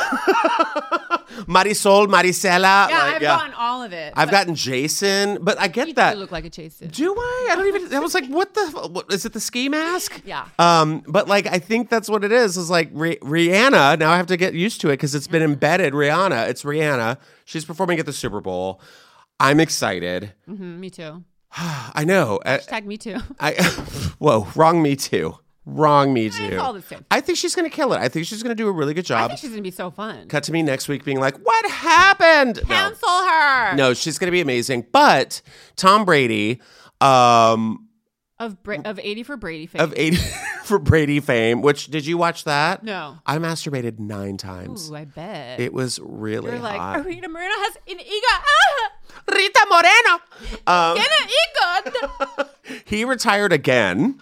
S1: Marisol, Maricela.
S3: yeah,
S1: like,
S3: I've
S1: yeah.
S3: gotten all of it.
S1: I've
S3: but
S1: gotten Jason, but I get
S3: you
S1: that.
S3: do look like a chaser.
S1: Do I? I don't even. I was like, what the? f- What, is it the ski mask?
S3: Yeah.
S1: Um. But like, I think that's what it is. Is like Ri- Rihanna. Now I have to get used to it because it's been
S3: Mm-hmm.
S1: embedded. Rihanna. It's Rihanna. She's performing at the Super Bowl. I'm excited.
S3: Mhm, me too.
S1: I know. I.
S3: Tag
S1: [LAUGHS]
S3: me too.
S1: I whoa. Wrong. Me too. Wrong. Me too.
S3: all the same.
S1: I think she's gonna kill it. I think she's gonna do a really good
S3: I
S1: job.
S3: think she's gonna be so fun.
S1: Cut to me next week being like, what happened? No.
S3: Cancel her.
S1: No, she's gonna be amazing. But Tom Brady. Um.
S3: Of Bra- of eighty for Brady fame.
S1: of
S3: [LAUGHS]
S1: 80 [LAUGHS] for Brady fame, which did you watch that?
S3: no.
S1: I masturbated nine times.
S3: Ooh, I bet.
S1: it was really
S3: You're like [LAUGHS]
S1: hot.
S3: Arena Moreno has an ego.
S1: Rita Moreno. Um,
S3: Ah, an ego.
S1: [LAUGHS] he retired again.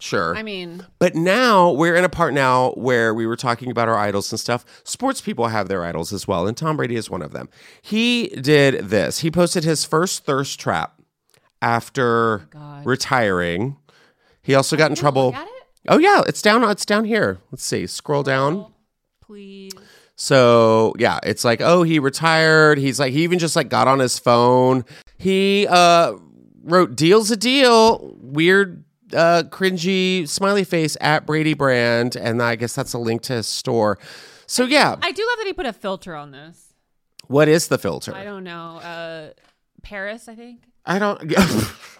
S1: Sure.
S3: I mean,
S1: but now we're in a part now where we were talking about our idols and stuff. Sports people have their idols as well, and Tom Brady is one of them. He did this. He posted his first thirst trap after
S3: Oh
S1: retiring. He also got in trouble.
S3: got it.
S1: Oh yeah, it's down. It's down here. Let's see. Scroll down.
S3: Please.
S1: So yeah, it's like, oh, he retired. He's like, he even just like got on his phone. He uh wrote deal's a deal, weird uh cringy smiley face at Brady Brand, and I guess that's a link to his store. So yeah,
S3: I do love that he put a filter on this.
S1: what is the filter?
S3: I don't know. Uh, Paris, I think.
S1: I don't [LAUGHS]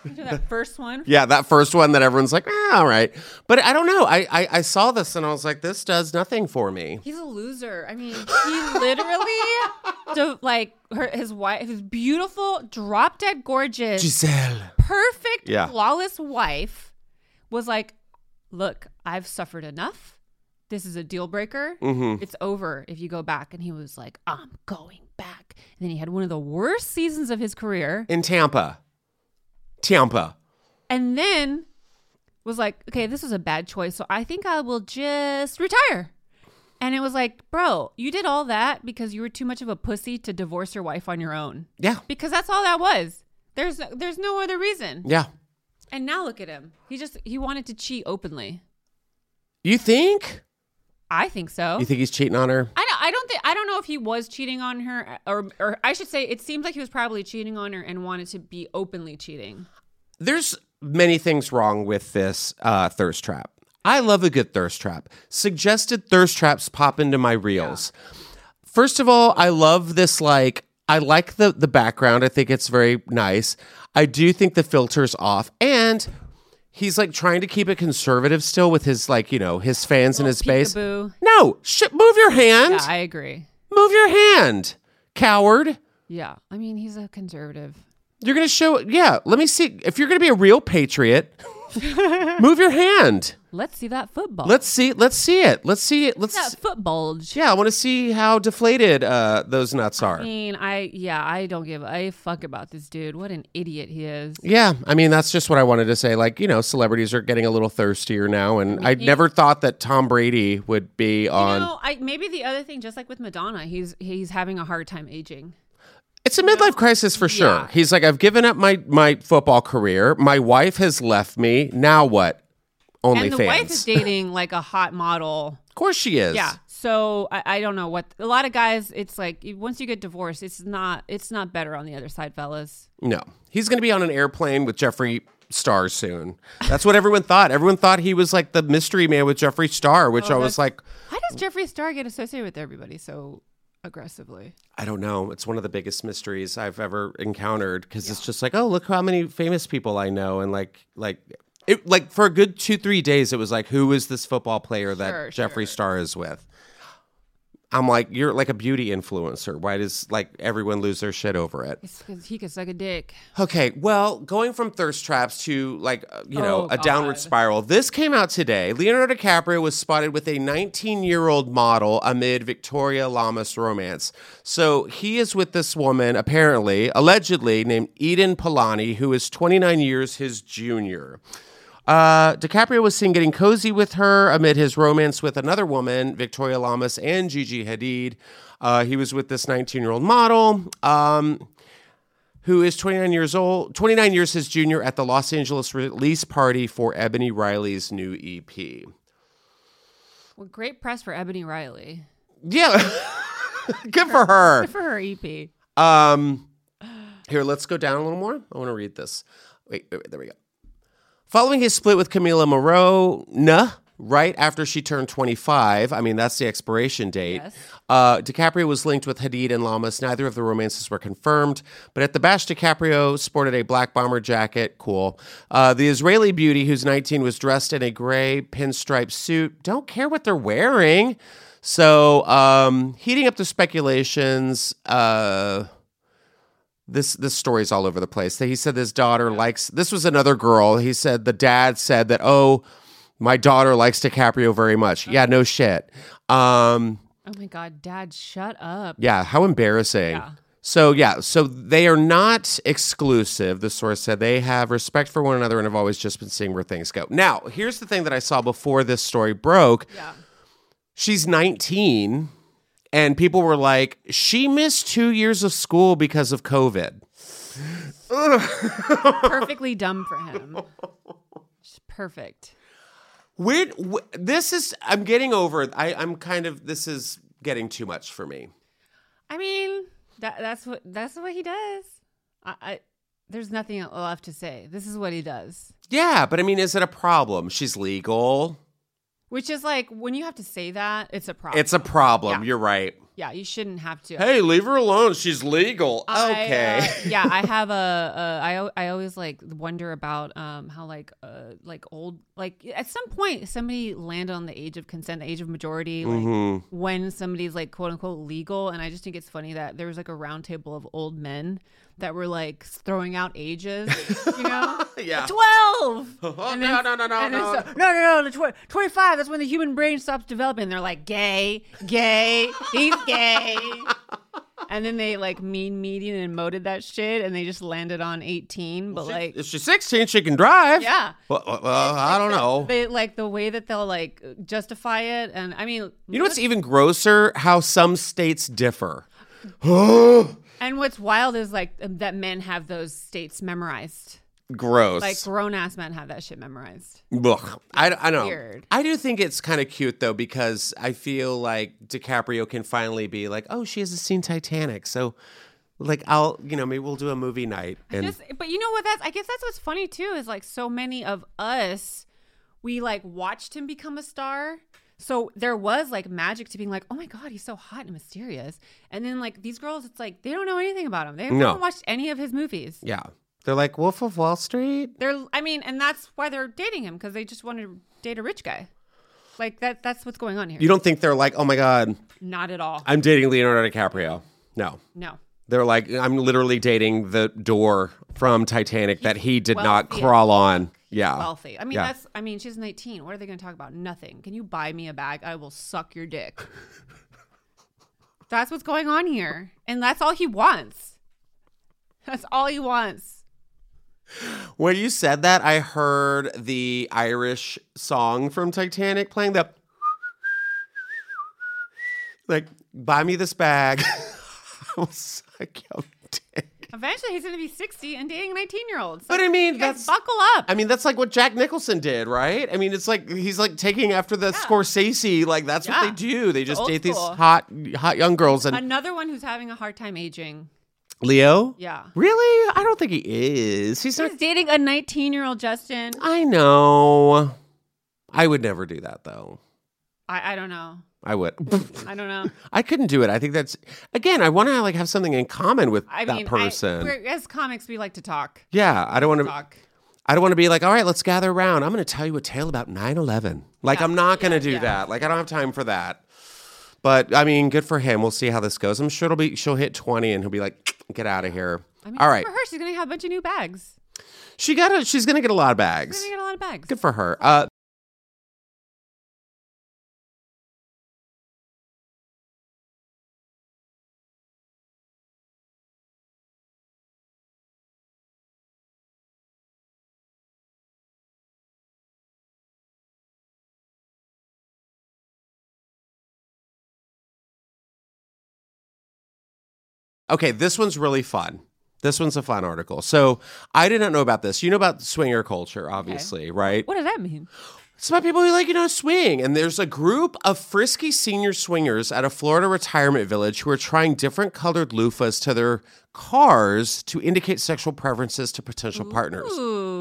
S3: You know that first one.
S1: Yeah, that first one that everyone's like, ah, all right. But I don't know. I, I I saw this and I was like, this does nothing for me.
S3: He's a loser. I mean, he literally, so, like, her, his wife, his beautiful, drop dead gorgeous,
S1: Giselle.
S3: perfect,
S1: Yeah.
S3: flawless wife was like, Look, I've suffered enough. This is a deal breaker. It's over if you go back. And he was like, I'm going back. And then he had one of the worst seasons of his career.
S1: In Tampa. Tampa.
S3: and then was like, okay, this was a bad choice. So I think I will just retire. And it was like, bro, you did all that because you were too much of a pussy to divorce your wife on your own.
S1: Yeah.
S3: Because that's all that was. There's there's no other reason.
S1: Yeah.
S3: And now look at him. He just he wanted to cheat openly.
S1: You think?
S3: I think so.
S1: You think he's cheating on her?
S3: I don't, I don't think I don't know if he was cheating on her uh, or or I should say it seems like he was probably cheating on her and wanted to be openly cheating.
S1: There's many things wrong with this uh, thirst trap. I love a good thirst trap. Suggested thirst traps pop into my reels. First of all, I love this like I like the the background. I think it's very nice. I do think the filter's off and he's like trying to keep it conservative still with his like, you know, his fans in
S3: Oh,
S1: his base.
S3: Peekaboo.
S1: No, shit, move your hand.
S3: Yeah, I agree.
S1: move your hand. Coward.
S3: Yeah. I mean, he's a conservative.
S1: You're gonna show, yeah. Let me see if you're gonna be a real
S3: [LAUGHS]
S1: patriot. move your hand.
S3: Let's see that football.
S1: Let's see. Let's see it. Let's see it. Let's.
S3: that foot bulge.
S1: Yeah, I want to see how deflated uh, those nuts
S3: I
S1: are.
S3: mean, I yeah, I don't give a fuck about this dude. What an idiot he is.
S1: Yeah, I mean that's just what I wanted to say. Like you know, celebrities are getting a little thirstier now, and I never thought that Tom Brady would be
S3: You
S1: on.
S3: know, I maybe the other thing, just like with Madonna, he's he's having a hard time aging.
S1: It's a midlife crisis for sure. He's like, I've given up my my football career. My wife has left me. Now what? Only
S3: and the wife
S1: fans.
S3: is dating like a hot model.
S1: Of course she is.
S3: Yeah. So I, I don't know what a lot of guys. It's like once you get divorced, it's not it's not better on the other side, fellas.
S1: No. He's going to be on an airplane with Jeffree Star soon. That's what everyone thought. Everyone thought he was like the mystery man with Jeffree Star,
S3: Oh,
S1: which I was like,
S3: Why does Jeffree Star get associated with everybody so aggressively?
S1: I don't know. It's one of the biggest mysteries I've ever encountered because it's just like, oh, look how many famous people I know. And like, like, It like for a good two three days, it was like, who is this football player that
S3: Sure,
S1: Jeffree Star is with? I'm like, you're like a beauty influencer. Why does like everyone lose their shit over it?
S3: he could suck a dick.
S1: Okay, well, going from thirst traps to like uh, you know
S3: Oh,
S1: a downward
S3: God.
S1: spiral. This came out today. Leonardo DiCaprio was spotted with a 19-year-old model amid Victoria Lamas romance. So he is with this woman, apparently, allegedly named Eden Polani, who is 29 years his junior. Uh, DiCaprio was seen getting cozy with her amid his romance with another woman, Victoria Lamas and Gigi Hadid. Uh, he was with this 19-year-old model. Um, who is 29 years old, 29 years his junior at the Los Angeles release party for Ebony Riley's new E EP.
S3: Well, great press for Ebony Riley
S1: Yeah. [LAUGHS] Good for her.
S3: for her E EP.
S1: Um, here, let's go down a little more. I want to read this. Wait, wait, wait, there we go. Following his split with Camila Moreau, nah, right after she turned 25, I mean, that's the expiration date, uh, DiCaprio was linked with Hadid and Lamas. Neither of the romances were confirmed, but at the bash, DiCaprio sported a black bomber jacket. Cool. Uh, the Israeli beauty, who's 19, was dressed in a gray pinstripe suit. Don't care what they're wearing. So, um, heating up the speculations, uh, this this story's all over the place. He said his daughter likes this was another girl. He said the dad said that oh my daughter likes DiCaprio very much. Yeah, no shit. Um,
S3: Oh my God, Dad, shut
S1: [LAUGHS]
S3: up.
S1: yeah, how embarrassing. So yeah, so they are not exclusive. The source said they have respect for one another and have always just been seeing where things go. Now, here's the thing that I saw before this story broke.
S3: Yeah.
S1: She's 19 and people were like, "She missed 2 years of school because of COVID."
S3: Perfectly dumb for him. Just perfect.
S1: Weird. W- this is. I'm getting over. it. I, I'm kind of. This is getting too much for me.
S3: I mean, that, that's what that's what he does. I, I there's nothing left to say. This is what he does.
S1: Yeah, but I mean, is it a problem? She's legal.
S3: Which is like when you have to say that, it's a problem.
S1: It's a problem.
S3: Yeah.
S1: You're right.
S3: yeah, you shouldn't have to.
S1: Hey, leave her alone. She's legal.
S3: I, uh,
S1: okay. [LAUGHS]
S3: yeah, I have a, a I al- I always like wonder about um how like uh like old like at some point somebody landed on the age of consent, the age of majority, like when somebody's like quote unquote legal. And I just think it's funny that there was like a round table of old men that were like throwing out ages, you know?
S1: Yeah.
S3: Twelve.
S1: Oh,
S3: And
S1: no, no, no, no,
S3: and then
S1: no.
S3: so- no, no, no, no. Tw- Twenty-five. That's when the human brain stops developing. They're like gay, gay. He's gay.
S1: [LAUGHS]
S3: and then they like mean median and moded that shit, and they just landed on eighteen. But like,
S1: if she's 16, she can drive.
S3: yeah,
S1: Well, well, well, I don't know.
S3: [LAUGHS] they like the way that they'll like justify it, and I mean,
S1: you know what's even grosser? How some states differ.
S3: and what's wild is like that men have those states memorized.
S1: Gross.
S3: Like grown ass men have that shit memorized.
S1: Ugh. I, I know.
S3: Weird.
S1: I do think it's kind of cute though because I feel like DiCaprio can finally be like, oh, she hasn't seen Titanic, so like I'll you know maybe we'll do a movie night and
S3: Just, but you know what? That's I guess that's what's funny too is like so many of us, we like watched him become a star. So there was like magic to being like, oh my god, he's so hot and mysterious. And then like these girls, it's like they don't know anything about him. They haven't
S1: No.
S3: watched any of his movies.
S1: yeah, they're like Wolf of Wall Street.
S3: They're I mean, and that's why they're dating him because they just want to date a rich guy. Like that that's what's going on here.
S1: You don't think they're like, oh my god,
S3: Not at all.
S1: I'm dating Leonardo DiCaprio? No,
S3: no.
S1: they're like, I'm literally dating the door from Titanic that he did not
S3: wealthy.
S1: crawl on. Yeah,
S3: Wealthy. I mean,
S1: Yeah.
S3: that's. I mean, she's 19. What are they going to talk about? Nothing. Can you buy me a bag? I will suck your dick. [LAUGHS] that's what's going on here, and that's all he wants. That's all he wants.
S1: When you said that, I heard the Irish song from Titanic playing the like buy me this bag. [LAUGHS] I was like, yo, dick.
S3: Eventually, he's going to be 60 and dating 19 year olds.
S1: But I mean,
S3: guys,
S1: that's
S3: buckle up.
S1: I mean, that's like what Jack Nicholson did, right? I mean, it's like he's like taking after the Scorsese. Like that's
S3: Yeah.
S1: what they do. They just
S3: old
S1: date these
S3: school.
S1: hot, hot young girls. And
S3: Another one who's having a hard time aging.
S1: Leo,
S3: Yeah.
S1: really? I don't think he is. He's not.
S3: He's dating a 19 year old Justin.
S1: I know. I would never do that though.
S3: I, I don't know.
S1: I would. [LAUGHS]
S3: I don't know.
S1: I couldn't do it. I think that's again. I want to like have something in common with
S3: I
S1: that
S3: mean, I-
S1: person. Um,
S3: we're- as comics, we like to talk.
S1: yeah, I don't want to.
S3: Talk.
S1: I don't want to be like, all right, let's gather around. I'm going to tell you a tale about 9 11. Like, I'm not going to do that. Like, I don't have time for that. But I mean, good for him. We'll see how this goes. I'm sure it'll be, she'll hit 20 and he'll be like, get out of here.
S3: I mean,
S1: all
S3: good
S1: right.
S3: For her, she's gonna have a bunch of new bags.
S1: She got a, she's going to get a lot of
S3: She's
S1: bags.
S3: gonna get a lot of bags.
S1: Good for her. Uh, Okay, this one's really fun. This one's a fun article. So I did not know about this. You know about swinger culture, obviously, right?
S3: What does that mean?
S1: It's about people who like, you know, swing. And there's a group of frisky senior swingers at a Florida retirement village who are trying different colored loofahs to their cars to indicate sexual preferences to potential partners.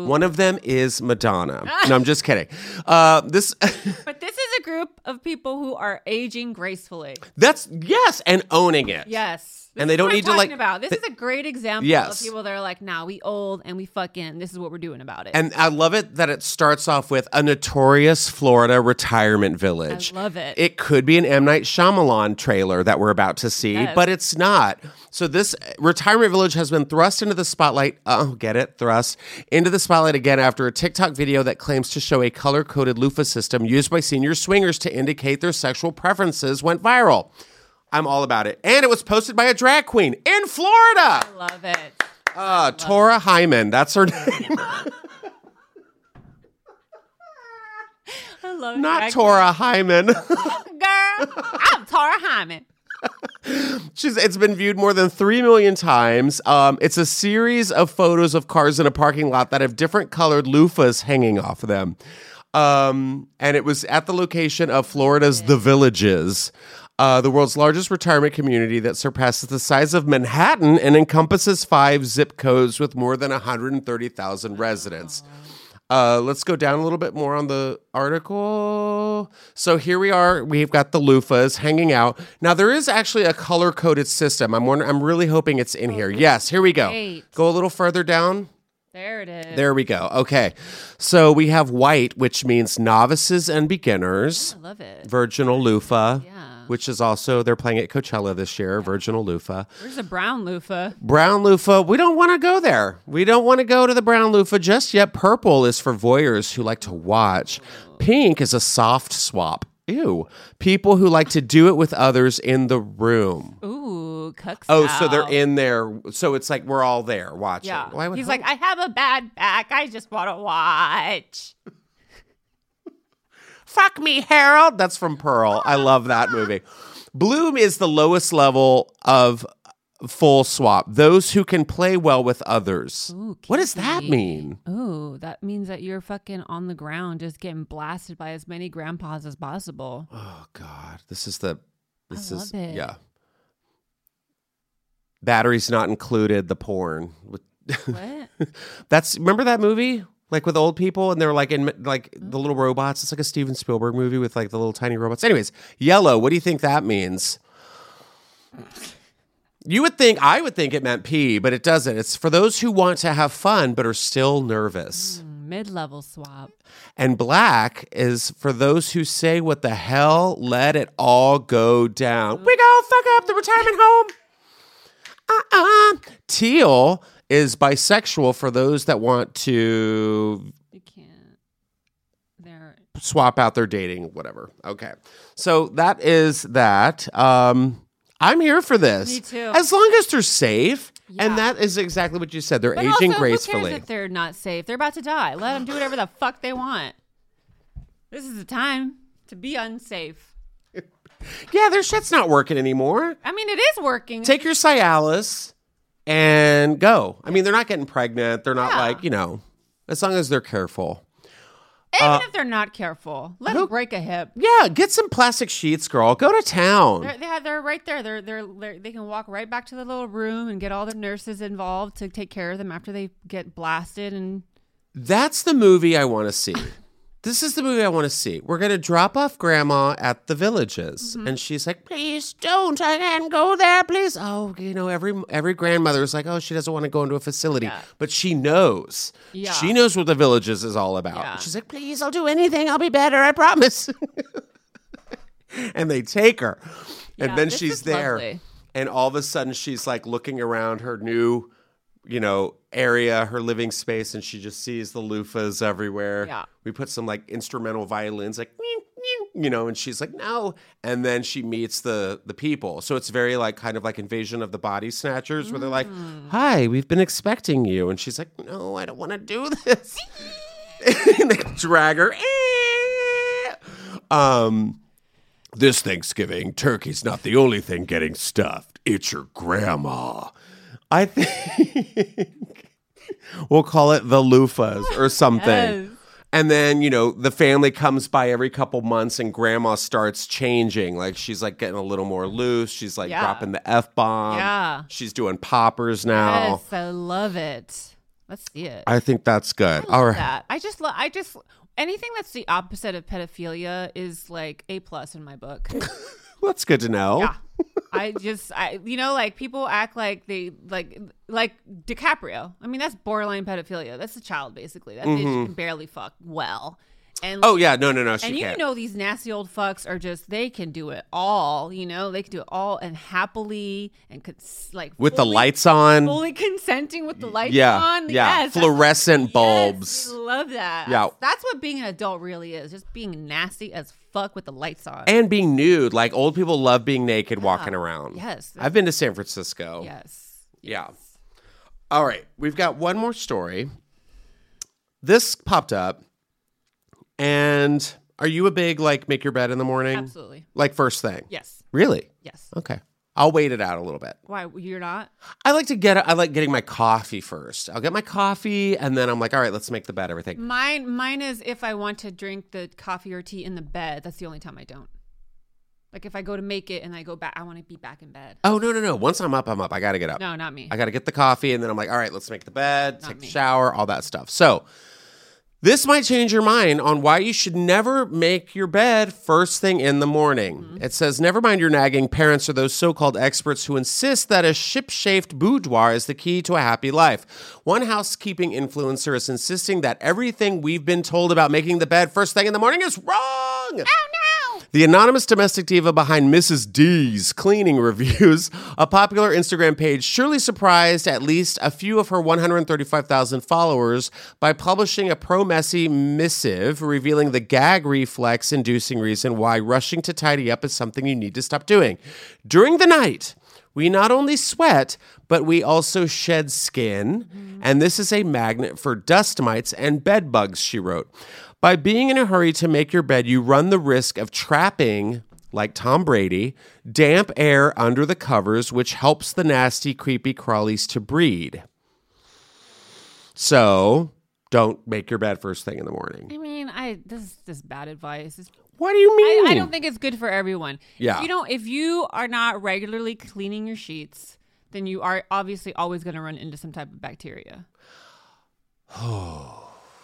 S1: One of them is Madonna. no, I'm just kidding. Uh, this. [LAUGHS]
S3: But this is a group of people who are aging gracefully.
S1: That's yes, and owning it.
S3: Yes.
S1: And they don't
S3: what
S1: need
S3: I'm
S1: to,
S3: talking
S1: like-
S3: about. This is a great example
S1: Yes.
S3: of people that are like, nah, we old and we fucking this is what we're doing about it.
S1: And I love it that it starts off with a notorious Florida retirement village.
S3: I love it.
S1: It could be an M. Night Shyamalan trailer that we're about to see,
S3: Yes.
S1: but it's not. So this retirement village has been thrust into the spotlight. Oh, get it? Thrust into the spotlight again after a TikTok video that claims to show a color-coded loofah system used by senior swingers to indicate their sexual preferences went viral. I'm all about it. And it was posted by a drag queen in Florida.
S3: love it.
S1: Uh, Tora Hyman, that's her [LAUGHS] name.
S3: I love
S1: Not
S3: drag
S1: Tora Hyman. [LAUGHS]
S3: queen. Girl, I'm Tara Hyman.
S1: She's, it's been viewed more than 3 million times. Um, it's a series of photos of cars in a parking lot that have different colored loofahs hanging off of them. Um, and it was at the location of Florida's The Villages, uh, the world's largest retirement community that surpasses the size of Manhattan and encompasses five zip codes with more than 130,000 residents. Uh, let's go down a little bit more on the article. So here we are. We've got the loofahs hanging out. Now there is actually a color coded system. I'm wondering, I'm really hoping it's in here. Yes, here we go.
S3: Oh, great.
S1: Go a little further down.
S3: There it is.
S1: There we go. Okay. So we have white, which means novices and beginners.
S3: Oh, I love it.
S1: Virginal loofah,
S3: Yeah.
S1: which is also they're playing at Coachella this year. Virginal loofah,
S3: There's a brown loofah.
S1: brown loofah. We don't want to go there. We don't want to go to the brown loofah just yet. Purple is for voyeurs who like to watch. Pink is a soft swap. Ew. People who like to do it with others in the room.
S3: Ooh, cucks.
S1: Oh, so they're in there. So it's like we're all there watching.
S3: Yeah.
S1: Well, I would
S3: He's
S1: hope-
S3: like, I have a bad back. I just want to watch.
S1: Fuck me, Harold. That's from Pearl. I love that movie. Bloom is the lowest level of full swap. Those who can play well with others.
S3: Ooh,
S1: what does that
S3: kinky.
S1: mean?
S3: Ooh, that means that you're fucking on the ground, just getting blasted by as many grandpas as possible.
S1: Oh God, this is the. This is
S3: love it.
S1: yeah. Batteries not included. The porn.
S3: What?
S1: [LAUGHS] That's remember that movie like with old people and they're like in like
S3: Oh.
S1: the little robots. It's like a Steven Spielberg movie with like the little tiny robots. Anyways, yellow. What do you think that means? You would think I would think it meant pee, but it doesn't. It's for those who want to have fun but are still nervous.
S3: Mid level swap.
S1: And black is for those who say what the hell, let it all go down. We gonna fuck up the retirement home. Uh-uh. Teal is bisexual for those that want to
S3: You can't. There.
S1: swap out their dating, whatever. Okay. So that is that. Um I'm here for this.
S3: Me too.
S1: As long as they're safe.
S3: Yeah.
S1: And that is exactly what you said. They're
S3: But
S1: aging
S3: also, Who
S1: gracefully.
S3: cares if they're not safe? They're about to die. Let them do whatever the fuck they want. This is the time to be unsafe.
S1: yeah, their shit's not working anymore.
S3: I mean, it is working.
S1: take your Cialis and go. I mean, they're not getting pregnant. They're not
S3: Yeah.
S1: like, you know, as long as they're careful.
S3: Even
S1: uh,
S3: if they're not careful, let them break a hip.
S1: Yeah, get some plastic sheets, girl. Go to town.
S3: They're, they have, they're right there. They're, they're they're they can walk right back to the little room and get all the nurses involved to take care of them after they get blasted and
S1: That's the movie I want to see. this is the movie I want to see. We're going to drop off grandma at the villages.
S3: Mm-hmm.
S1: And she's like, please don't. I can't go there, please. Oh, you know, every every grandmother is like, oh, she doesn't want to go into a facility. But she knows.
S3: Yeah.
S1: She knows what the villages is all about.
S3: Yeah.
S1: She's like, please, I'll do anything. I'll be better. I promise. [LAUGHS] and they take her. And
S3: Yeah,
S1: then
S3: this
S1: she's
S3: is
S1: there.
S3: lovely.
S1: And all of a sudden, she's like looking around her new you know, area, her living space, and she just sees the loofahs everywhere.
S3: Yeah.
S1: We put some like instrumental violins, like meow, meow, you know, and she's like, no. And then she meets the the people. So it's very like kind of like invasion of the body snatchers, where they're like, Hi, we've been expecting you. And she's like, No, I don't want to do [LAUGHS] this. and [LAUGHS] they drag her. Um this Thanksgiving, turkey's not the only thing getting stuffed. It's your grandma. I think [LAUGHS] we'll call it the loofahs or something. And then, you know, the family comes by every couple months and grandma starts changing. Like she's like getting a little more loose. She's like
S3: Yeah.
S1: dropping the F bomb.
S3: Yeah.
S1: She's doing poppers now.
S3: Yes, I love it. Let's see it.
S1: I think that's good. All right.
S3: that. I just love. I just anything that's the opposite of pedophilia is like a plus in
S1: [LAUGHS]
S3: my book.
S1: Well, that's good to know.
S3: Yeah. I just, I you know, like people act like they like like DiCaprio. I mean, that's borderline pedophilia. That's a child basically. That bitch can barely fuck well. And
S1: Mm-hmm. Oh, yeah. No, no, no. She
S3: and you
S1: can't.
S3: know these nasty old fucks are just they can do it all. You know they can do it all and happily and cons- like
S1: With the
S3: fully-
S1: lights on.
S3: [LAUGHS] fully consenting with the lights
S1: yeah.
S3: on.
S1: yeah.
S3: Yes, that's
S1: Fluorescent bulbs.
S3: Yes, we love that.
S1: Yeah.
S3: That's what being an adult really is. Just being nasty as fuck with the lights on.
S1: and being nude. Like old people love being naked walking around.
S3: Yes.
S1: I've been to San Francisco.
S3: yes.
S1: Yeah. All right. We've got one more story. This popped up. And are you a big like make your bed in the morning?
S3: Absolutely.
S1: Like first thing?
S3: Yes.
S1: Really?
S3: Yes.
S1: Okay. I'll wait it out a little bit.
S3: Why you're not?
S1: I like to get I like getting my coffee first. I'll get my coffee and then I'm like, all right, let's make the bed,
S3: Mm.
S1: everything.
S3: Mine mine is if I want to drink the coffee or tea in the bed, that's the only time I don't. Like if I go to make it and I go back I want to be back in bed.
S1: Oh no, no, no. Once I'm up, I'm up. I gotta get up.
S3: No, not me.
S1: Uh, I got to get the coffee, and then I'm like, all right, let's make the bed,
S3: Not
S1: take
S3: me.
S1: the shower, all that stuff. So, this might change your mind on why you should never make your bed first thing in the morning.
S3: Mm-hmm.
S1: It says, never mind your nagging parents or those so called experts who insist that a ship shaped boudoir is the key to a happy life. One housekeeping influencer is insisting that everything we've been told about making the bed first thing in the morning is wrong. Oh, no. The anonymous domestic diva behind Mrs. D's cleaning [LAUGHS] reviews, a popular Instagram page, surely surprised at least a few of her 135,000 followers by publishing a pro messy missive revealing the gag reflex inducing reason why rushing to tidy up is something you need to stop doing. During the night, we not only sweat, but we also shed skin. And this is a magnet for dust mites and bed bugs, she wrote. By being in a hurry to make your bed, you run the risk of trapping, like Tom Brady, damp air under the covers, which helps the nasty, creepy crawlies to breed. So don't make your bed first thing in the morning.
S3: I mean, I this is this is bad advice. It's
S1: What do you
S3: I,
S1: mean?
S3: I don't think it's good for everyone.
S1: Yeah.
S3: If you don't, if you are not regularly cleaning your sheets, then you are obviously always going to run into some type of bacteria.
S1: [SIGHS]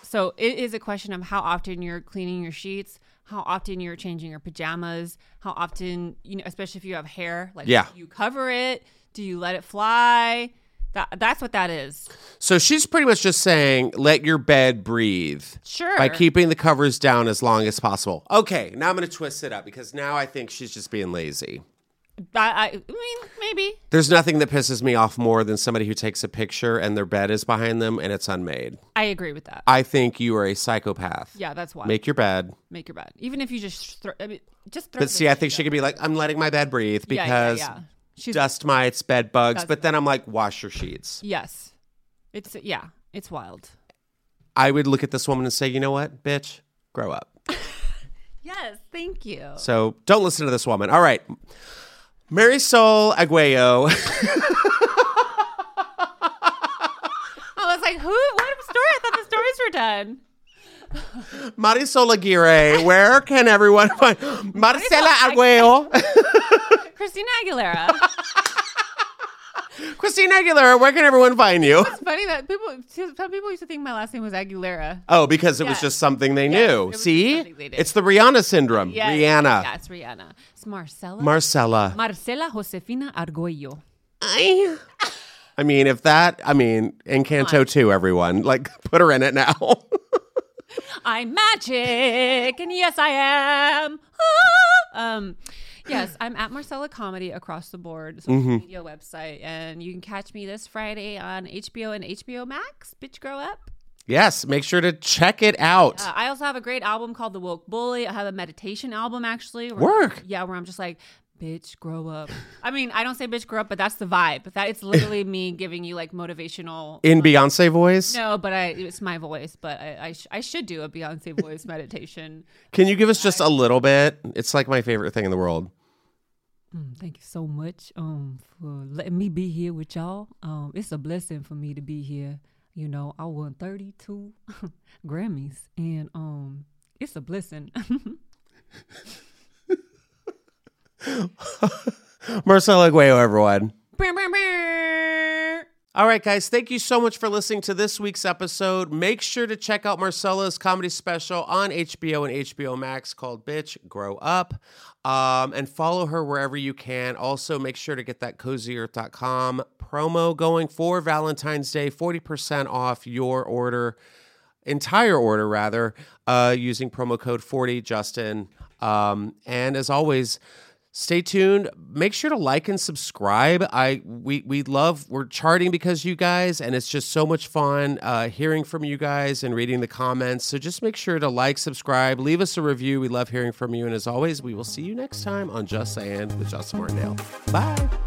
S3: so it is a question of how often you're cleaning your sheets, how often you're changing your pajamas, how often you know, especially if you have hair, like
S1: Yeah.
S3: do you cover it, do you let it fly? That that's what that is.
S1: So she's pretty much just saying, let your bed breathe.
S3: Sure.
S1: By keeping the covers down as long as possible. Okay, now I'm going to twist it up because now I think she's just being lazy.
S3: That- I, I mean, maybe.
S1: There's nothing that pisses me off more than somebody who takes a picture and their bed is behind them and it's unmade.
S3: I agree with that.
S1: I think you are a psychopath.
S3: yeah, that's why.
S1: Make your bed.
S3: make your bed. Even if you just throw, I mean, just throw.
S1: But
S3: the
S1: see, I
S3: shit
S1: think she
S3: out.
S1: could be like, I'm letting my bed breathe
S3: Yeah, yeah,
S1: because
S3: yeah. She's
S1: dust mites, bed bugs.
S3: Dust
S1: But then I'm like, wash your sheets.
S3: yes, it's yeah, it's wild.
S1: I would look at this woman and say, you know what, bitch, grow up.
S3: Yes, thank you.
S1: So don't listen to this woman. All right. Mary Sol Aguayo. [LAUGHS]
S3: I was like, who? What story? I thought the stories were done.
S1: Marisol Aguirre. Where can everyone
S3: [LAUGHS]
S1: find Marcela Aguayo? [LAUGHS]
S3: Christina Aguilera.
S1: Christine Aguilera, where can everyone find
S3: [LAUGHS]
S1: you?
S3: It's funny that people, some people used to think my last name was Aguilera.
S1: Oh, because it was
S3: Yes.
S1: just something they
S3: Yes, it
S1: knew.
S3: was just
S1: See?
S3: something they did.
S1: It's the Rihanna syndrome.
S3: Yes,
S1: Rihanna.
S3: That's Rihanna. It's Marcella.
S1: Marcella.
S3: Marcela Josefina Argüello.
S1: I I mean, if that, I mean, Encanto 2, everyone. Like, [LAUGHS] put her in it now. [LAUGHS]
S3: I'm magic, and yes, I am. Ah. Um, yes, I'm at Marcella Comedy across the board, social media website, and you can catch me this Friday on HBO and HBO Max. Bitch, grow up.
S1: yes, make sure to check it out.
S3: Uh, I also have a great album called The Woke Bully. I have a meditation album actually. Where,
S1: Work.
S3: Yeah, where I'm just like, bitch, grow up. I mean, I don't say bitch, grow up, but that's the vibe. That it's literally me giving you like motivational.
S1: in Beyonce voice.
S3: no, but I it's my voice, but I I, sh- I should do a Beyonce voice meditation.
S1: Can you give us just a little bit? It's like my favorite thing in the world.
S3: Mm, thank you so much um for letting me be here with y'all. Um, it's a blessing for me to be here. You know, I won 32 [LAUGHS] Grammys, and um, it's a blessing. [LAUGHS]
S1: Marcela Guayo, everyone.
S3: Brr, brr, brr.
S1: All right, guys, thank you so much for listening to this week's episode. Make sure to check out Marcella's comedy special on HBO and HBO Max called Bitch Grow Up um, and follow her wherever you can. Also, make sure to get that cozyearth.com promo going for Valentine's Day 40% off your order, entire order rather, uh, using promo code 40Justin. Um, and as always, stay tuned make sure to like and subscribe i we we love we're charting because you guys and it's just so much fun uh, hearing from you guys and reading the comments so just make sure to like subscribe leave us a review we love hearing from you and as always we will see you next time on just saying with justin martindale bye